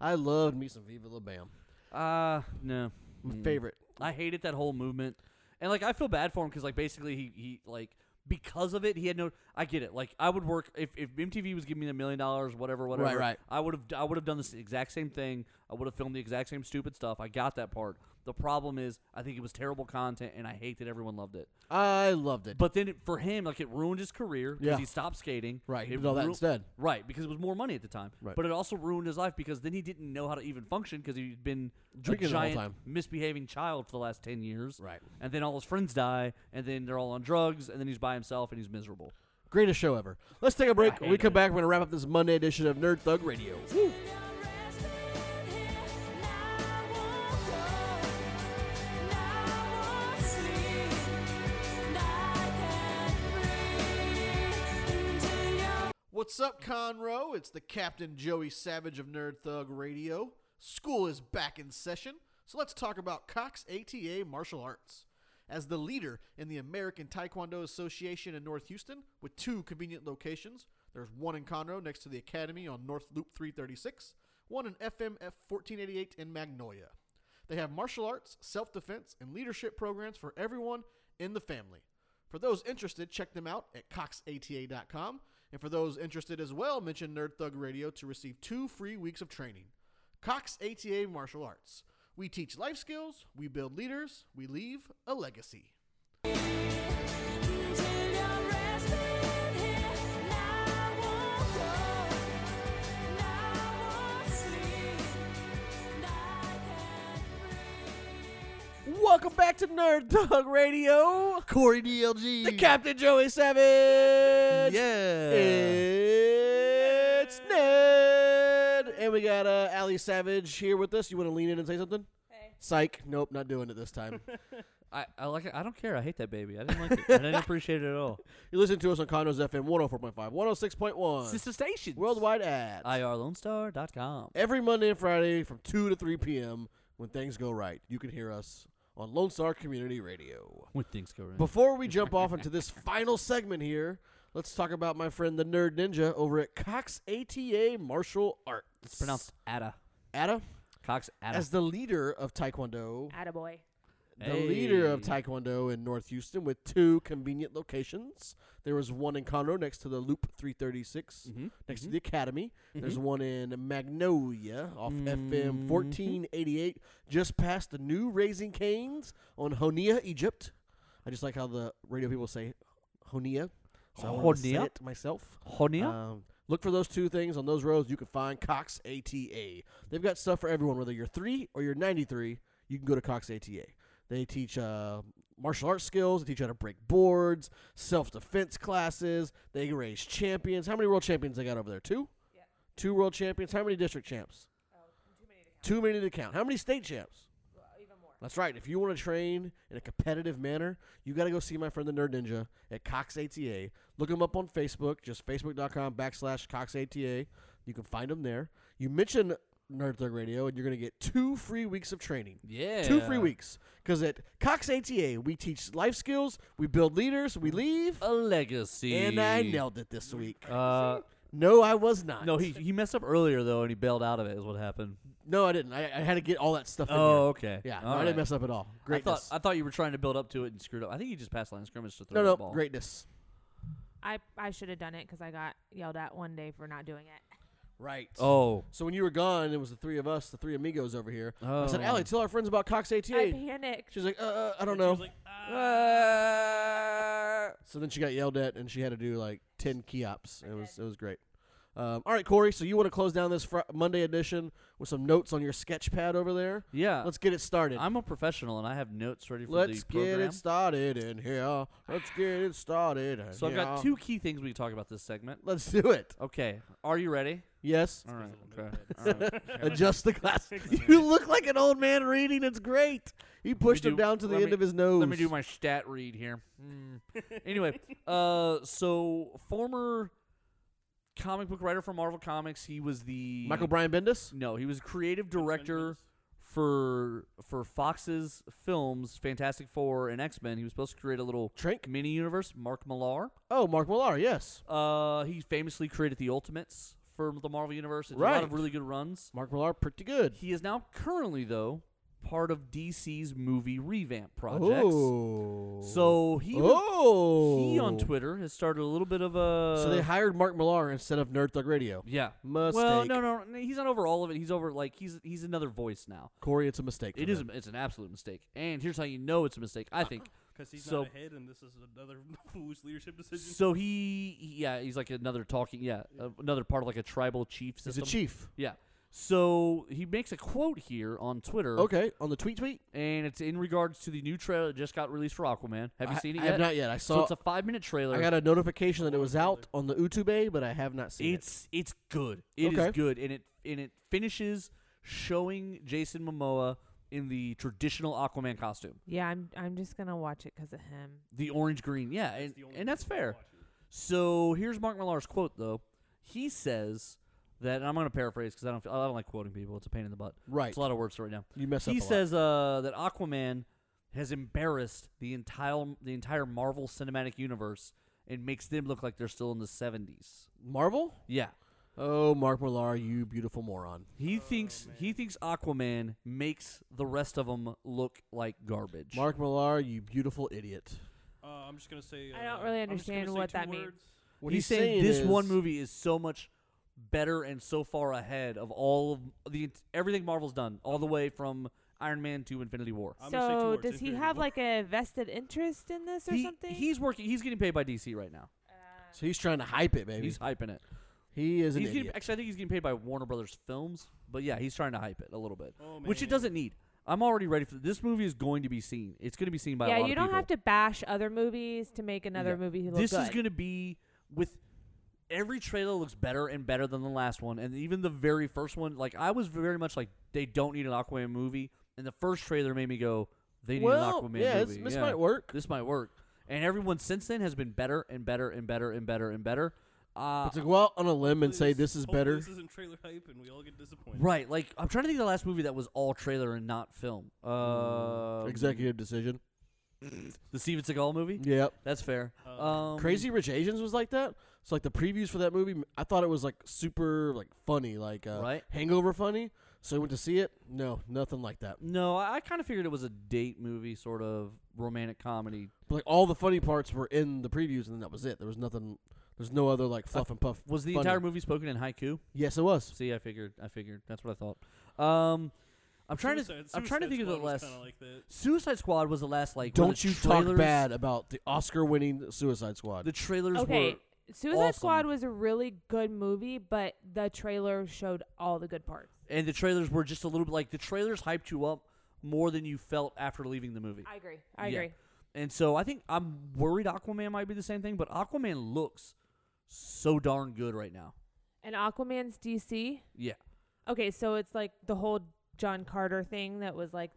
Speaker 7: I loved me some Viva La Bam.
Speaker 2: Ah, no.
Speaker 7: My
Speaker 2: Mm.
Speaker 7: favorite.
Speaker 2: I hated that whole movement, and like I feel bad for him because like basically he he like because of it he had no. I get it. Like I would work if if MTV was giving me a million dollars, whatever, whatever.
Speaker 7: right.
Speaker 2: I would have I would have done this exact same thing. I would have filmed the exact same stupid stuff. I got that part. The problem is I think it was terrible content, and I hate that everyone loved it.
Speaker 7: I loved it.
Speaker 2: But then it, for him, like it ruined his career because
Speaker 7: Yeah.
Speaker 2: he stopped skating.
Speaker 7: Right, he
Speaker 2: It
Speaker 7: did all that
Speaker 2: ru-
Speaker 7: instead.
Speaker 2: Right, because it was more money at the time.
Speaker 7: Right.
Speaker 2: But it also ruined his life because then he didn't know how to even function because he'd been
Speaker 7: Drinking
Speaker 2: a
Speaker 7: the whole
Speaker 2: giant
Speaker 7: time.
Speaker 2: misbehaving child for the last ten years.
Speaker 7: Right.
Speaker 2: And then all his friends die, and then they're all on drugs, and then he's by himself and he's miserable.
Speaker 7: Greatest show ever. Let's take a break. When we come back, we're gonna wrap up this Monday edition of Nerd Thug Radio. What's up, Conroe? It's the Captain Joey Savage of Nerd Thug Radio. School is back in session, so let's talk about Cox ATA Martial Arts. As the leader in the American Taekwondo Association in North Houston, with two convenient locations, there's one in Conroe next to the Academy on North Loop 336, one in FM 1488 in Magnolia. They have martial arts, self defense, and leadership programs for everyone in the family. For those interested, check them out at coxata.com. And for those interested as well, mention Nerd Thug Radio to receive two free weeks of training. Cox ATA Martial Arts. We teach life skills, we build leaders, we leave a legacy.
Speaker 2: Welcome back to Nerd Dog Radio.
Speaker 7: Corey DLG.
Speaker 2: Captain Joey Savage. Yeah.
Speaker 7: It's Ned. And we got uh, Ali Savage here with us. You want to lean in and say something?
Speaker 4: Hey.
Speaker 7: Psych. Nope, not doing it this time.
Speaker 2: I, I like it. I don't care. I hate that baby. I didn't like it. I didn't appreciate it at
Speaker 7: (laughs)
Speaker 2: all.
Speaker 7: you listen to us on Condos FM 104.5, 106.1,
Speaker 2: Sister stations.
Speaker 7: worldwide at
Speaker 2: IRLoneStar.com.
Speaker 7: every Monday and Friday from 2 to 3 p.m. when things go right. You can hear us on Lone Star Community Radio.
Speaker 2: When things go wrong.
Speaker 7: Before we jump off
Speaker 2: (laughs)
Speaker 7: into this final segment here, let's talk about my friend the Nerd Ninja over at Cox ATA Martial Arts.
Speaker 2: It's pronounced Ada.
Speaker 7: Ada.
Speaker 2: Cox Ada.
Speaker 7: As the leader of Taekwondo,
Speaker 4: Attaboy.
Speaker 7: the leader of
Speaker 2: Hey.
Speaker 7: Taekwondo in North Houston with two convenient locations. There was one in Conroe next to the Loop 336,
Speaker 2: Mm-hmm.
Speaker 7: next to the Academy. There's one in Magnolia off
Speaker 2: Mm.
Speaker 7: FM 1488, just past the new Raising Canes on Honia, Egypt. I just like how the radio people say Honia. So I wanted to say
Speaker 2: Honia?
Speaker 7: it myself.
Speaker 2: Honia?
Speaker 7: Um, look for those two things on those roads. You can find Cox ATA. They've got stuff for everyone, whether you're three or you're 93. You can go to Cox ATA. They teach uh, martial arts skills. They teach you how to break boards, self defense classes. They raise champions. How many world champions they got over there? Two.
Speaker 4: Yeah.
Speaker 7: Two world champions. How many district champs? Too many to count. How many state champs?
Speaker 4: Even more.
Speaker 7: That's right. If you want to train in a competitive manner, you got to go see my friend the Nerd Ninja at Cox ATA. Look him up on Facebook, just facebook.com backslash Cox ATA. You can find him there. You mention Nerd Thug Radio, and you're going to get two free weeks of training.
Speaker 2: Yeah.
Speaker 7: Two free weeks. Because at Cox ATA, we teach life skills, we build leaders, we leave.
Speaker 2: A legacy.
Speaker 7: And I nailed it this week.
Speaker 2: Oh. Uh,
Speaker 7: No, I was
Speaker 2: (laughs)
Speaker 7: not.
Speaker 2: no, he, he messed up earlier, though, and he bailed out of it, is what happened.
Speaker 7: no, I didn't. I, I had to get all that stuff in
Speaker 2: Oh,
Speaker 7: here.
Speaker 2: okay.
Speaker 7: Yeah, no,
Speaker 2: All
Speaker 7: I didn't
Speaker 2: right.
Speaker 7: mess up at all.
Speaker 2: I thought,
Speaker 7: Greatness.
Speaker 2: I thought you were trying to build up to it and screwed up. I think you just passed line of scrimmage to throw
Speaker 7: no,
Speaker 2: the
Speaker 7: no,
Speaker 2: ball.
Speaker 7: greatness.
Speaker 4: I I should have done it 'cause I got yelled at one day for not doing it. (laughs)
Speaker 7: Right.
Speaker 2: Oh.
Speaker 7: So when you were gone, it was the three of us, the three amigos over here. I said,
Speaker 2: Oh.
Speaker 7: Allie, tell our friends about Cox
Speaker 4: I
Speaker 7: ATA.
Speaker 4: panicked.
Speaker 7: She's like, uh, uh, I don't
Speaker 3: She
Speaker 7: know.
Speaker 3: was like, ah.
Speaker 2: Uh,
Speaker 7: so then she got yelled at, and she had to do like ten kiops. It was it was great. Um, all right, Corey. So you want to close down this fr- Monday edition with some notes on your sketch pad over there?
Speaker 2: yeah.
Speaker 7: Let's get it started.
Speaker 2: I'm a professional, and I have notes ready for
Speaker 7: Let's
Speaker 2: the
Speaker 7: get
Speaker 2: program.
Speaker 7: it started in here. Let's get it started. in
Speaker 2: so I've got
Speaker 7: here.
Speaker 2: two key things we can talk about this segment.
Speaker 7: Let's do it.
Speaker 2: Okay. Are you ready?
Speaker 7: Yes.
Speaker 2: All right.
Speaker 3: little
Speaker 2: Okay. All right.
Speaker 7: Adjust the
Speaker 2: (laughs)
Speaker 7: glass. you look like an old man reading. It's great. He pushed him
Speaker 2: do-
Speaker 7: down to the
Speaker 2: let
Speaker 7: end
Speaker 2: me-
Speaker 7: of his nose.
Speaker 2: Let me do my stat read here. Hmm. anyway, uh, so former comic book writer for Marvel Comics. He was the
Speaker 7: Michael Brian Bendis.
Speaker 2: No, he was creative director
Speaker 3: Bendis.
Speaker 2: for for Fox's films, Fantastic Four and X Men. He was supposed to create a little
Speaker 7: Trink?
Speaker 2: mini universe. Mark Millar.
Speaker 7: Oh, Mark Millar. Yes,
Speaker 2: Uh, he famously created the Ultimates for the Marvel Universe. and did A lot of
Speaker 7: Right.
Speaker 2: really good runs.
Speaker 7: Mark Millar, pretty good.
Speaker 2: He is now currently though part of DC's movie revamp projects.
Speaker 7: Oh,
Speaker 2: So he
Speaker 7: oh,
Speaker 2: he on Twitter has started a little bit of a
Speaker 7: So they hired Mark Millar instead of Nerd Thug Radio.
Speaker 2: yeah. Well,
Speaker 7: Mistake.
Speaker 2: no, no, no, he's not over all of it. He's over like he's he's another voice now.
Speaker 7: Corey, it's a mistake.
Speaker 2: It is a, it's an absolute mistake. And here's how you know it's a mistake. I think
Speaker 3: Because he's
Speaker 2: So-
Speaker 3: not ahead, and this is another (laughs) loose leadership decision.
Speaker 2: so. He yeah, he's like another talking yeah, uh, another part of like a tribal chief
Speaker 7: He's a
Speaker 2: system.
Speaker 7: chief.
Speaker 2: Yeah. So he makes a quote here on Twitter,
Speaker 7: Okay, on the tweet tweet.
Speaker 2: and it's in regards to the new trailer that just got released for Aquaman. Have you
Speaker 7: I-
Speaker 2: seen it
Speaker 7: I
Speaker 2: yet?
Speaker 7: have not yet. I
Speaker 2: so
Speaker 7: saw.
Speaker 2: it's a five minute trailer.
Speaker 7: I got a notification that it was out on the Utube, but I have not seen
Speaker 2: It's it's good. It is
Speaker 7: Okay.
Speaker 2: good, and it and it finishes showing Jason Momoa in the traditional Aquaman costume,
Speaker 4: Yeah, I'm I'm just gonna watch it 'cause of him.
Speaker 2: the orange green. Yeah, and,
Speaker 3: the only
Speaker 2: and that's
Speaker 3: reason I'm
Speaker 2: fair.
Speaker 3: watching it.
Speaker 2: So here's Mark Millar's quote though. He says that and I'm going to paraphrase because I don't I don't like quoting people. It's a pain in the butt.
Speaker 7: it. Right.
Speaker 2: It's a lot of words right now.
Speaker 7: You mess up.
Speaker 2: he
Speaker 7: a lot.
Speaker 2: says uh, that Aquaman has embarrassed the entire the entire Marvel Cinematic Universe and makes them look like they're still in the 70s.
Speaker 7: Marvel.
Speaker 2: Yeah.
Speaker 7: Oh, Mark Millar, you beautiful moron.
Speaker 2: He thinks
Speaker 3: Oh,
Speaker 2: he thinks Aquaman makes the rest of them look like garbage.
Speaker 7: Mark Millar, you beautiful idiot.
Speaker 3: Uh, I'm just gonna say. Uh,
Speaker 4: I don't really
Speaker 3: I'm just gonna
Speaker 4: understand
Speaker 3: say
Speaker 4: what
Speaker 3: two
Speaker 4: that means.
Speaker 3: words.
Speaker 7: What
Speaker 2: he's, saying, this
Speaker 7: is-
Speaker 2: one movie is so much better and so far ahead of all of the everything Marvel's done, all the way from Iron Man to Infinity War.
Speaker 3: I'm gonna say two
Speaker 4: so
Speaker 3: words,
Speaker 4: does he
Speaker 3: Infinity
Speaker 4: have
Speaker 3: War.
Speaker 4: like a vested interest in this or
Speaker 2: He-
Speaker 4: something?
Speaker 2: He's working. He's getting paid by DC right now.
Speaker 7: So he's trying to hype it, baby.
Speaker 2: He's hyping it.
Speaker 7: he is an
Speaker 2: He's getting,
Speaker 7: idiot.
Speaker 2: actually, I think he's getting paid by Warner Brothers Films, but yeah, he's trying to hype it a little bit,
Speaker 3: Oh,
Speaker 2: which it
Speaker 3: man.
Speaker 2: doesn't need. I'm already ready for this movie. Is going to be seen. It's going to be seen by a
Speaker 4: yeah,
Speaker 2: lot
Speaker 4: you
Speaker 2: of
Speaker 4: don't
Speaker 2: people.
Speaker 4: have to bash other movies to make another
Speaker 2: Yeah.
Speaker 4: movie look
Speaker 2: This
Speaker 4: good.
Speaker 2: is going to be with every trailer looks better and better than the last one, and even the very first one. Like I was very much like they don't need an Aquaman movie, and the first trailer made me go, they need
Speaker 7: well,
Speaker 2: an Aquaman
Speaker 7: yeah,
Speaker 2: movie.
Speaker 7: it's, this
Speaker 2: Yeah,
Speaker 7: might work.
Speaker 2: This might work. And everyone since then has been better and better and better and better and better. Uh,
Speaker 7: But to go out on a limb and say
Speaker 3: Hopefully
Speaker 7: this is
Speaker 3: hopefully
Speaker 7: better,
Speaker 3: This isn't trailer hype, and we all get disappointed.
Speaker 2: right, like I'm trying to think of the last movie that was all trailer and not film. Uh,
Speaker 7: Mm, executive decision.
Speaker 2: the Steven Seagal movie.
Speaker 7: Yep.
Speaker 2: That's fair.
Speaker 3: Uh,
Speaker 2: um,
Speaker 7: Crazy Rich Asians was like that. So like the previews for that movie, I thought it was like super like funny, like uh,
Speaker 2: Right.
Speaker 7: Hangover funny. So I went to see it. No, nothing like that.
Speaker 2: No, I, I kind of figured it was a date movie, sort of romantic comedy
Speaker 7: But like all the funny parts were in the previews, and then that was it. There was nothing. There's no other like fluff and puff.
Speaker 2: Was the
Speaker 7: funny.
Speaker 2: entire movie spoken in haiku?
Speaker 7: Yes, it was.
Speaker 2: See, I figured. I figured. That's what I thought. Um, I'm trying to.
Speaker 3: Suicide-
Speaker 2: I'm trying to
Speaker 3: Suicide
Speaker 2: think of the
Speaker 3: Squad was
Speaker 2: last.
Speaker 3: kinda Like that.
Speaker 2: Suicide Squad was the last like. where
Speaker 7: Don't
Speaker 2: the
Speaker 7: you
Speaker 2: trailers,
Speaker 7: talk bad about the Oscar-winning Suicide Squad.
Speaker 2: The trailers
Speaker 4: okay.
Speaker 2: were.
Speaker 4: Suicide
Speaker 2: awesome.
Speaker 4: Squad was a really good movie, but the trailer showed all the good parts.
Speaker 2: And the trailers were just a little bit like the trailers hyped you up more than you felt after leaving the movie.
Speaker 4: I agree. I
Speaker 2: Yeah.
Speaker 4: agree.
Speaker 2: And so I think I'm worried Aquaman might be the same thing, but Aquaman looks so darn good right now.
Speaker 4: And Aquaman's DC.
Speaker 2: Yeah.
Speaker 4: Okay, so it's like the whole John Carter thing that was like,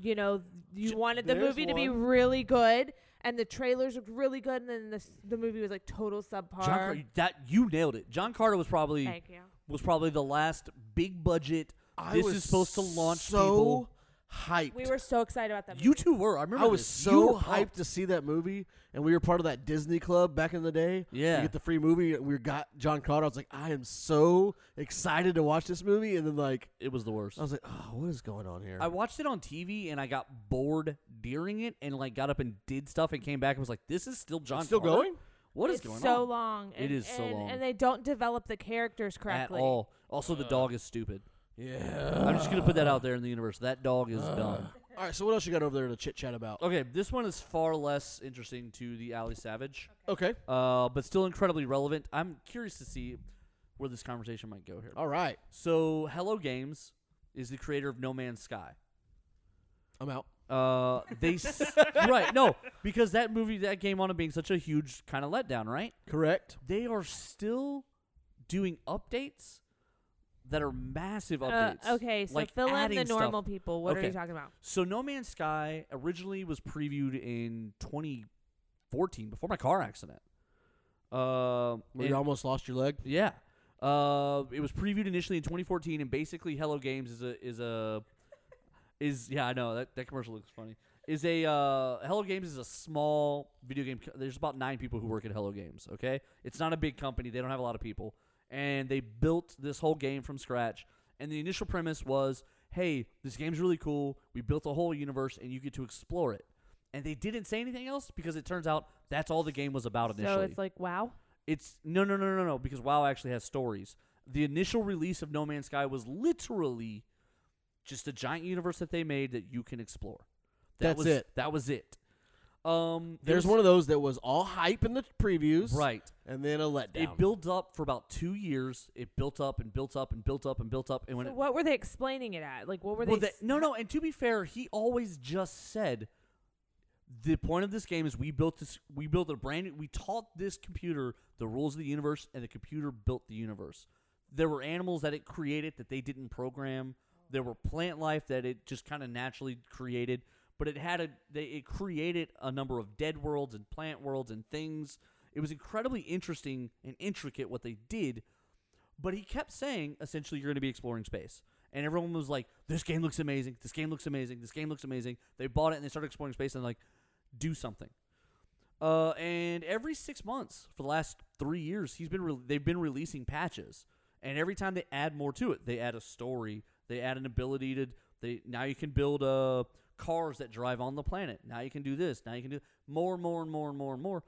Speaker 4: you know, you
Speaker 7: J-
Speaker 4: wanted the
Speaker 7: there's
Speaker 4: movie to be
Speaker 7: one.
Speaker 4: really good, and the trailers looked really good, and then the s the movie was like total subpar.
Speaker 2: John Car- that you nailed it. John Carter was probably
Speaker 4: Thank you.
Speaker 2: was probably the last big budget.
Speaker 7: I
Speaker 2: this
Speaker 7: was
Speaker 2: is supposed to launch
Speaker 7: so
Speaker 2: people.
Speaker 7: hyped.
Speaker 4: We were so excited about that.
Speaker 2: You
Speaker 4: movie.
Speaker 2: two were. I remember.
Speaker 7: I was
Speaker 2: this. You
Speaker 7: so
Speaker 2: were
Speaker 7: hyped
Speaker 2: pumped.
Speaker 7: to see that movie, and we were part of that Disney club back in the day.
Speaker 2: Yeah.
Speaker 7: you get the free movie. and We got John Carter. I was like, I am so excited to watch this movie, and then like,
Speaker 2: It was the worst.
Speaker 7: I was like, oh, what is going on here?
Speaker 2: I watched it on TV and I got bored during it and like got up and did stuff and came back and was like, "This is still John."
Speaker 7: still
Speaker 2: Carter?
Speaker 7: going?
Speaker 2: What is
Speaker 4: it's
Speaker 2: going
Speaker 4: so
Speaker 2: on?
Speaker 4: long.
Speaker 2: It
Speaker 4: and-
Speaker 2: is so
Speaker 4: and-
Speaker 2: long.
Speaker 4: and they don't develop the characters
Speaker 2: At
Speaker 4: correctly.
Speaker 2: all. Also, the dog is stupid.
Speaker 7: yeah.
Speaker 2: I'm just gonna put that out there in the universe. That dog
Speaker 7: Uh.
Speaker 2: is dumb.
Speaker 7: All right. So what else you got over there to chit chat about?
Speaker 2: Okay, this one is far less interesting to the Alley Savage,
Speaker 7: Okay.
Speaker 2: uh, but still incredibly relevant. I'm curious to see where this conversation might go here.
Speaker 7: All right.
Speaker 2: So, Hello Games is the creator of No Man's Sky.
Speaker 7: I'm out. (laughs)
Speaker 2: Uh, they s- right no because that movie that game on it being such a huge kind of letdown, right?
Speaker 7: Correct.
Speaker 2: They are still doing updates that are massive
Speaker 4: Uh,
Speaker 2: updates.
Speaker 4: okay, so
Speaker 2: like
Speaker 4: fill in
Speaker 2: adding
Speaker 4: the
Speaker 2: stuff.
Speaker 4: normal people. What are you
Speaker 2: Okay.
Speaker 4: talking about?
Speaker 2: So No Man's Sky originally was previewed in 2014 before my car accident. Uh, Um,
Speaker 7: Where
Speaker 2: and-
Speaker 7: you almost lost your leg.
Speaker 2: yeah. Uh, it was previewed initially in 2014, and basically, Hello Games is a is a is yeah I know that that commercial looks funny. Is a uh, Hello Games is a small video game. Co- There's about nine people who work at Hello Games. Okay, it's not a big company. They don't have a lot of people, and they built this whole game from scratch. And the initial premise was, hey, this game's really cool. We built a whole universe, and you get to explore it. And they didn't say anything else because it turns out that's all the game was about initially.
Speaker 4: So it's like wow.
Speaker 2: It's no, no, no, no, no, because WoW actually has stories. The initial release of No Man's Sky was literally just a giant universe that they made that you can explore. That
Speaker 7: That's
Speaker 2: was,
Speaker 7: it.
Speaker 2: That was it. Um,
Speaker 7: There's one of those that was all hype in the previews,
Speaker 2: right.
Speaker 7: And then a letdown.
Speaker 2: It built up for about two years. It built up and built up and built up and built up, and when
Speaker 4: So
Speaker 2: it
Speaker 4: what were they explaining it at? Like what were
Speaker 2: well,
Speaker 4: they?
Speaker 2: that- no, no. And to be fair, he always just said the point of this game is we built this. We built a brand. new- We taught this computer the rules of the universe, and the computer built the universe. There were animals that it created that they didn't program. There were plant life that it just kind of naturally created. But it had a. They, it created a number of dead worlds and plant worlds and things. It was incredibly interesting and intricate what they did but he kept saying essentially you're going to be exploring space and everyone was like this game looks amazing this game looks amazing this game looks amazing they bought it and they started exploring space and like do something uh, and every six months for the last three years he's been re- they've been releasing patches and every time they add more to it they add a story they add an ability to they now you can build uh, cars that drive on the planet now you can do this now you can do more and more and more and more and more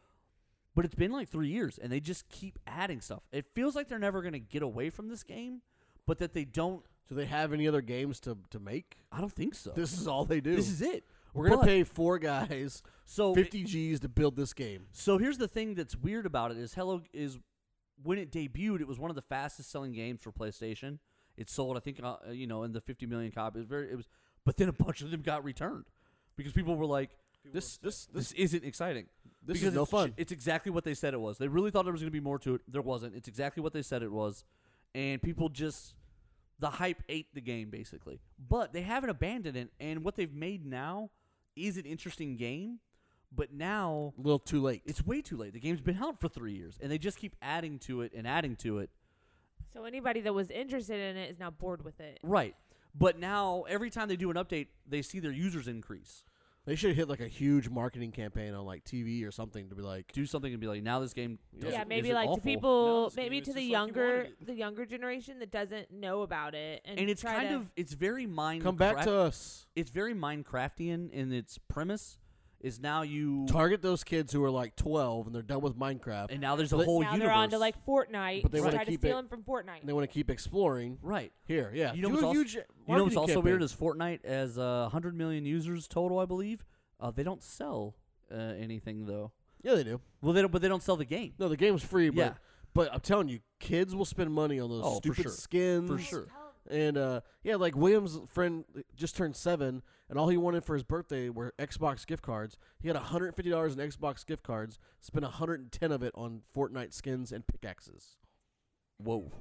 Speaker 2: but it's been like three years, and they just keep adding stuff. It feels like they're never going to get away from this game, but that they don't.
Speaker 7: Do they have any other games to, to make?
Speaker 2: I don't think so.
Speaker 7: This is all they do.
Speaker 2: This is it.
Speaker 7: We're gonna
Speaker 2: But-
Speaker 7: pay four guys
Speaker 2: so
Speaker 7: fifty G's to build this game.
Speaker 2: So here's the thing that's weird about it is Hello is when it debuted, it was one of the fastest selling games for PlayStation. It sold, I think, uh, you know, in the 50 million copies. Very, it was, but then a bunch of them got returned because people were like,
Speaker 7: This this
Speaker 2: "This
Speaker 7: this
Speaker 2: isn't exciting.
Speaker 7: This is
Speaker 2: because
Speaker 7: no
Speaker 2: it's ju-
Speaker 7: fun.
Speaker 2: It's exactly what they said it was. They really thought there was going to be more to it. There wasn't. It's exactly what they said it was, and people just the hype ate the game basically. But they haven't abandoned it, and what they've made now is an interesting game. But now
Speaker 7: a little too late.
Speaker 2: it's way too late. The game's been out for three years, and they just keep adding to it and adding to it.
Speaker 4: so anybody that was interested in it is now bored with it.
Speaker 2: Right. But now every time they do an update, they see their users increase.
Speaker 7: They should hit like a huge marketing campaign on like TV or something to be like,
Speaker 2: Do something and be like, now this game. does
Speaker 4: yeah,
Speaker 2: it-
Speaker 4: maybe
Speaker 2: is it
Speaker 4: like to
Speaker 2: awful.
Speaker 4: people,
Speaker 3: No, it's-
Speaker 4: maybe
Speaker 3: it's
Speaker 4: to
Speaker 3: just
Speaker 4: the
Speaker 3: like you
Speaker 4: younger,
Speaker 3: wanted it.
Speaker 4: the younger generation that doesn't know about it, and,
Speaker 2: And it's
Speaker 4: try
Speaker 2: kind
Speaker 4: to-
Speaker 2: of it's very mind.
Speaker 7: "Come back to us."
Speaker 2: It's very Minecraftian in its premise. Is now you
Speaker 7: Target those kids who are like twelve and they're done with Minecraft,
Speaker 2: and now there's a whole
Speaker 4: now
Speaker 2: universe.
Speaker 4: they're on to like Fortnite,
Speaker 7: But they
Speaker 4: and
Speaker 7: wanna
Speaker 4: try to
Speaker 7: keep
Speaker 4: steal
Speaker 7: it-
Speaker 4: them from Fortnite.
Speaker 7: and they want to keep exploring.
Speaker 2: right.
Speaker 7: Here, yeah.
Speaker 2: You know
Speaker 7: Do
Speaker 2: what's
Speaker 7: a
Speaker 2: also,
Speaker 7: huge
Speaker 2: you know what's
Speaker 7: marketing
Speaker 2: also
Speaker 7: campaign.
Speaker 2: weird is Fortnite has uh, 100 million users total, I believe. Uh, they don't sell uh, anything though.
Speaker 7: yeah, they do.
Speaker 2: Well, they don't, but they don't sell the game.
Speaker 7: No, the game's free, but
Speaker 2: Yeah.
Speaker 7: but I'm telling you, kids will spend money on those
Speaker 2: Oh, for
Speaker 7: stupid
Speaker 2: sure.
Speaker 7: skins.
Speaker 2: For sure.
Speaker 7: And uh, yeah, like William's friend just turned seven, and all he wanted for his birthday were Xbox gift cards. He had $150 in Xbox gift cards, spent 110 of it on Fortnite skins and pickaxes.
Speaker 2: Whoa.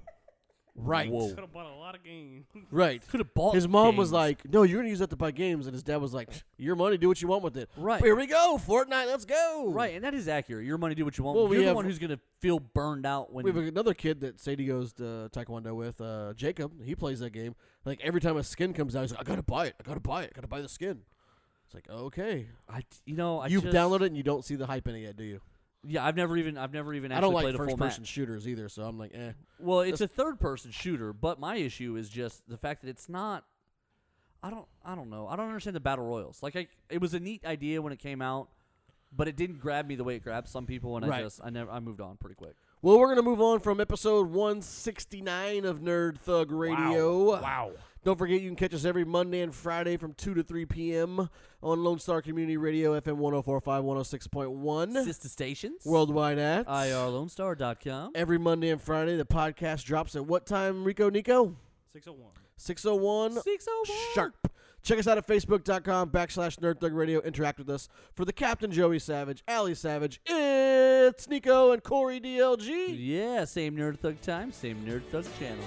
Speaker 7: Right.
Speaker 2: Whoa.
Speaker 3: Could have bought a lot of games. (laughs)
Speaker 7: Right.
Speaker 2: Could have bought.
Speaker 7: His mom was
Speaker 2: games.
Speaker 7: like, "No, you're gonna use that to buy games," and his dad was like, "Your money, do what you want with it."
Speaker 2: Right.
Speaker 7: Here we go, Fortnite. Let's go.
Speaker 2: right, and that is accurate. Your money, do what you want.
Speaker 7: Well,
Speaker 2: You're
Speaker 7: we
Speaker 2: the
Speaker 7: have-
Speaker 2: one who's gonna feel burned out when.
Speaker 7: We have another kid that Sadie goes to Taekwondo with, uh, Jacob. He plays that game. Like every time a skin comes out, he's like, "I gotta buy it. I gotta buy it. I gotta buy the skin." It's like, okay,
Speaker 2: I, you know, I
Speaker 7: you
Speaker 2: just,
Speaker 7: download it and you don't see the hype in it yet, do you?
Speaker 2: Yeah, I've never even, I've never even
Speaker 7: I
Speaker 2: actually
Speaker 7: don't like
Speaker 2: played a full
Speaker 7: first-person
Speaker 2: match.
Speaker 7: shooters either, so I'm like, eh.
Speaker 2: Well, it's a third-person shooter, but my issue is just the fact that it's not. I don't, I don't know. I don't understand the battle royals. Like, I, it was a neat idea when it came out, but it didn't grab me the way it grabbed some people, and I
Speaker 7: Right.
Speaker 2: just, I never, I moved on pretty quick.
Speaker 7: Well, we're gonna move on from episode 169 of Nerd Thug Radio.
Speaker 3: Wow.
Speaker 7: Don't forget, you can catch us every Monday and Friday from 2 to 3 p.m. on Lone Star Community Radio, FM 1045, 106.1,
Speaker 2: Sister stations.
Speaker 7: worldwide at
Speaker 2: IRLoneStar.com.
Speaker 7: Every Monday and Friday, the podcast drops at what time, Rico Nico?
Speaker 3: 601.
Speaker 7: 601
Speaker 2: Six oh one.
Speaker 7: sharp. Check us out at facebook.com backslash nerd thug radio. Interact with us. For the Captain Joey Savage, Ali Savage, it's Nico and Corey DLG.
Speaker 2: Yeah, same nerd thug time, same nerd thug channel.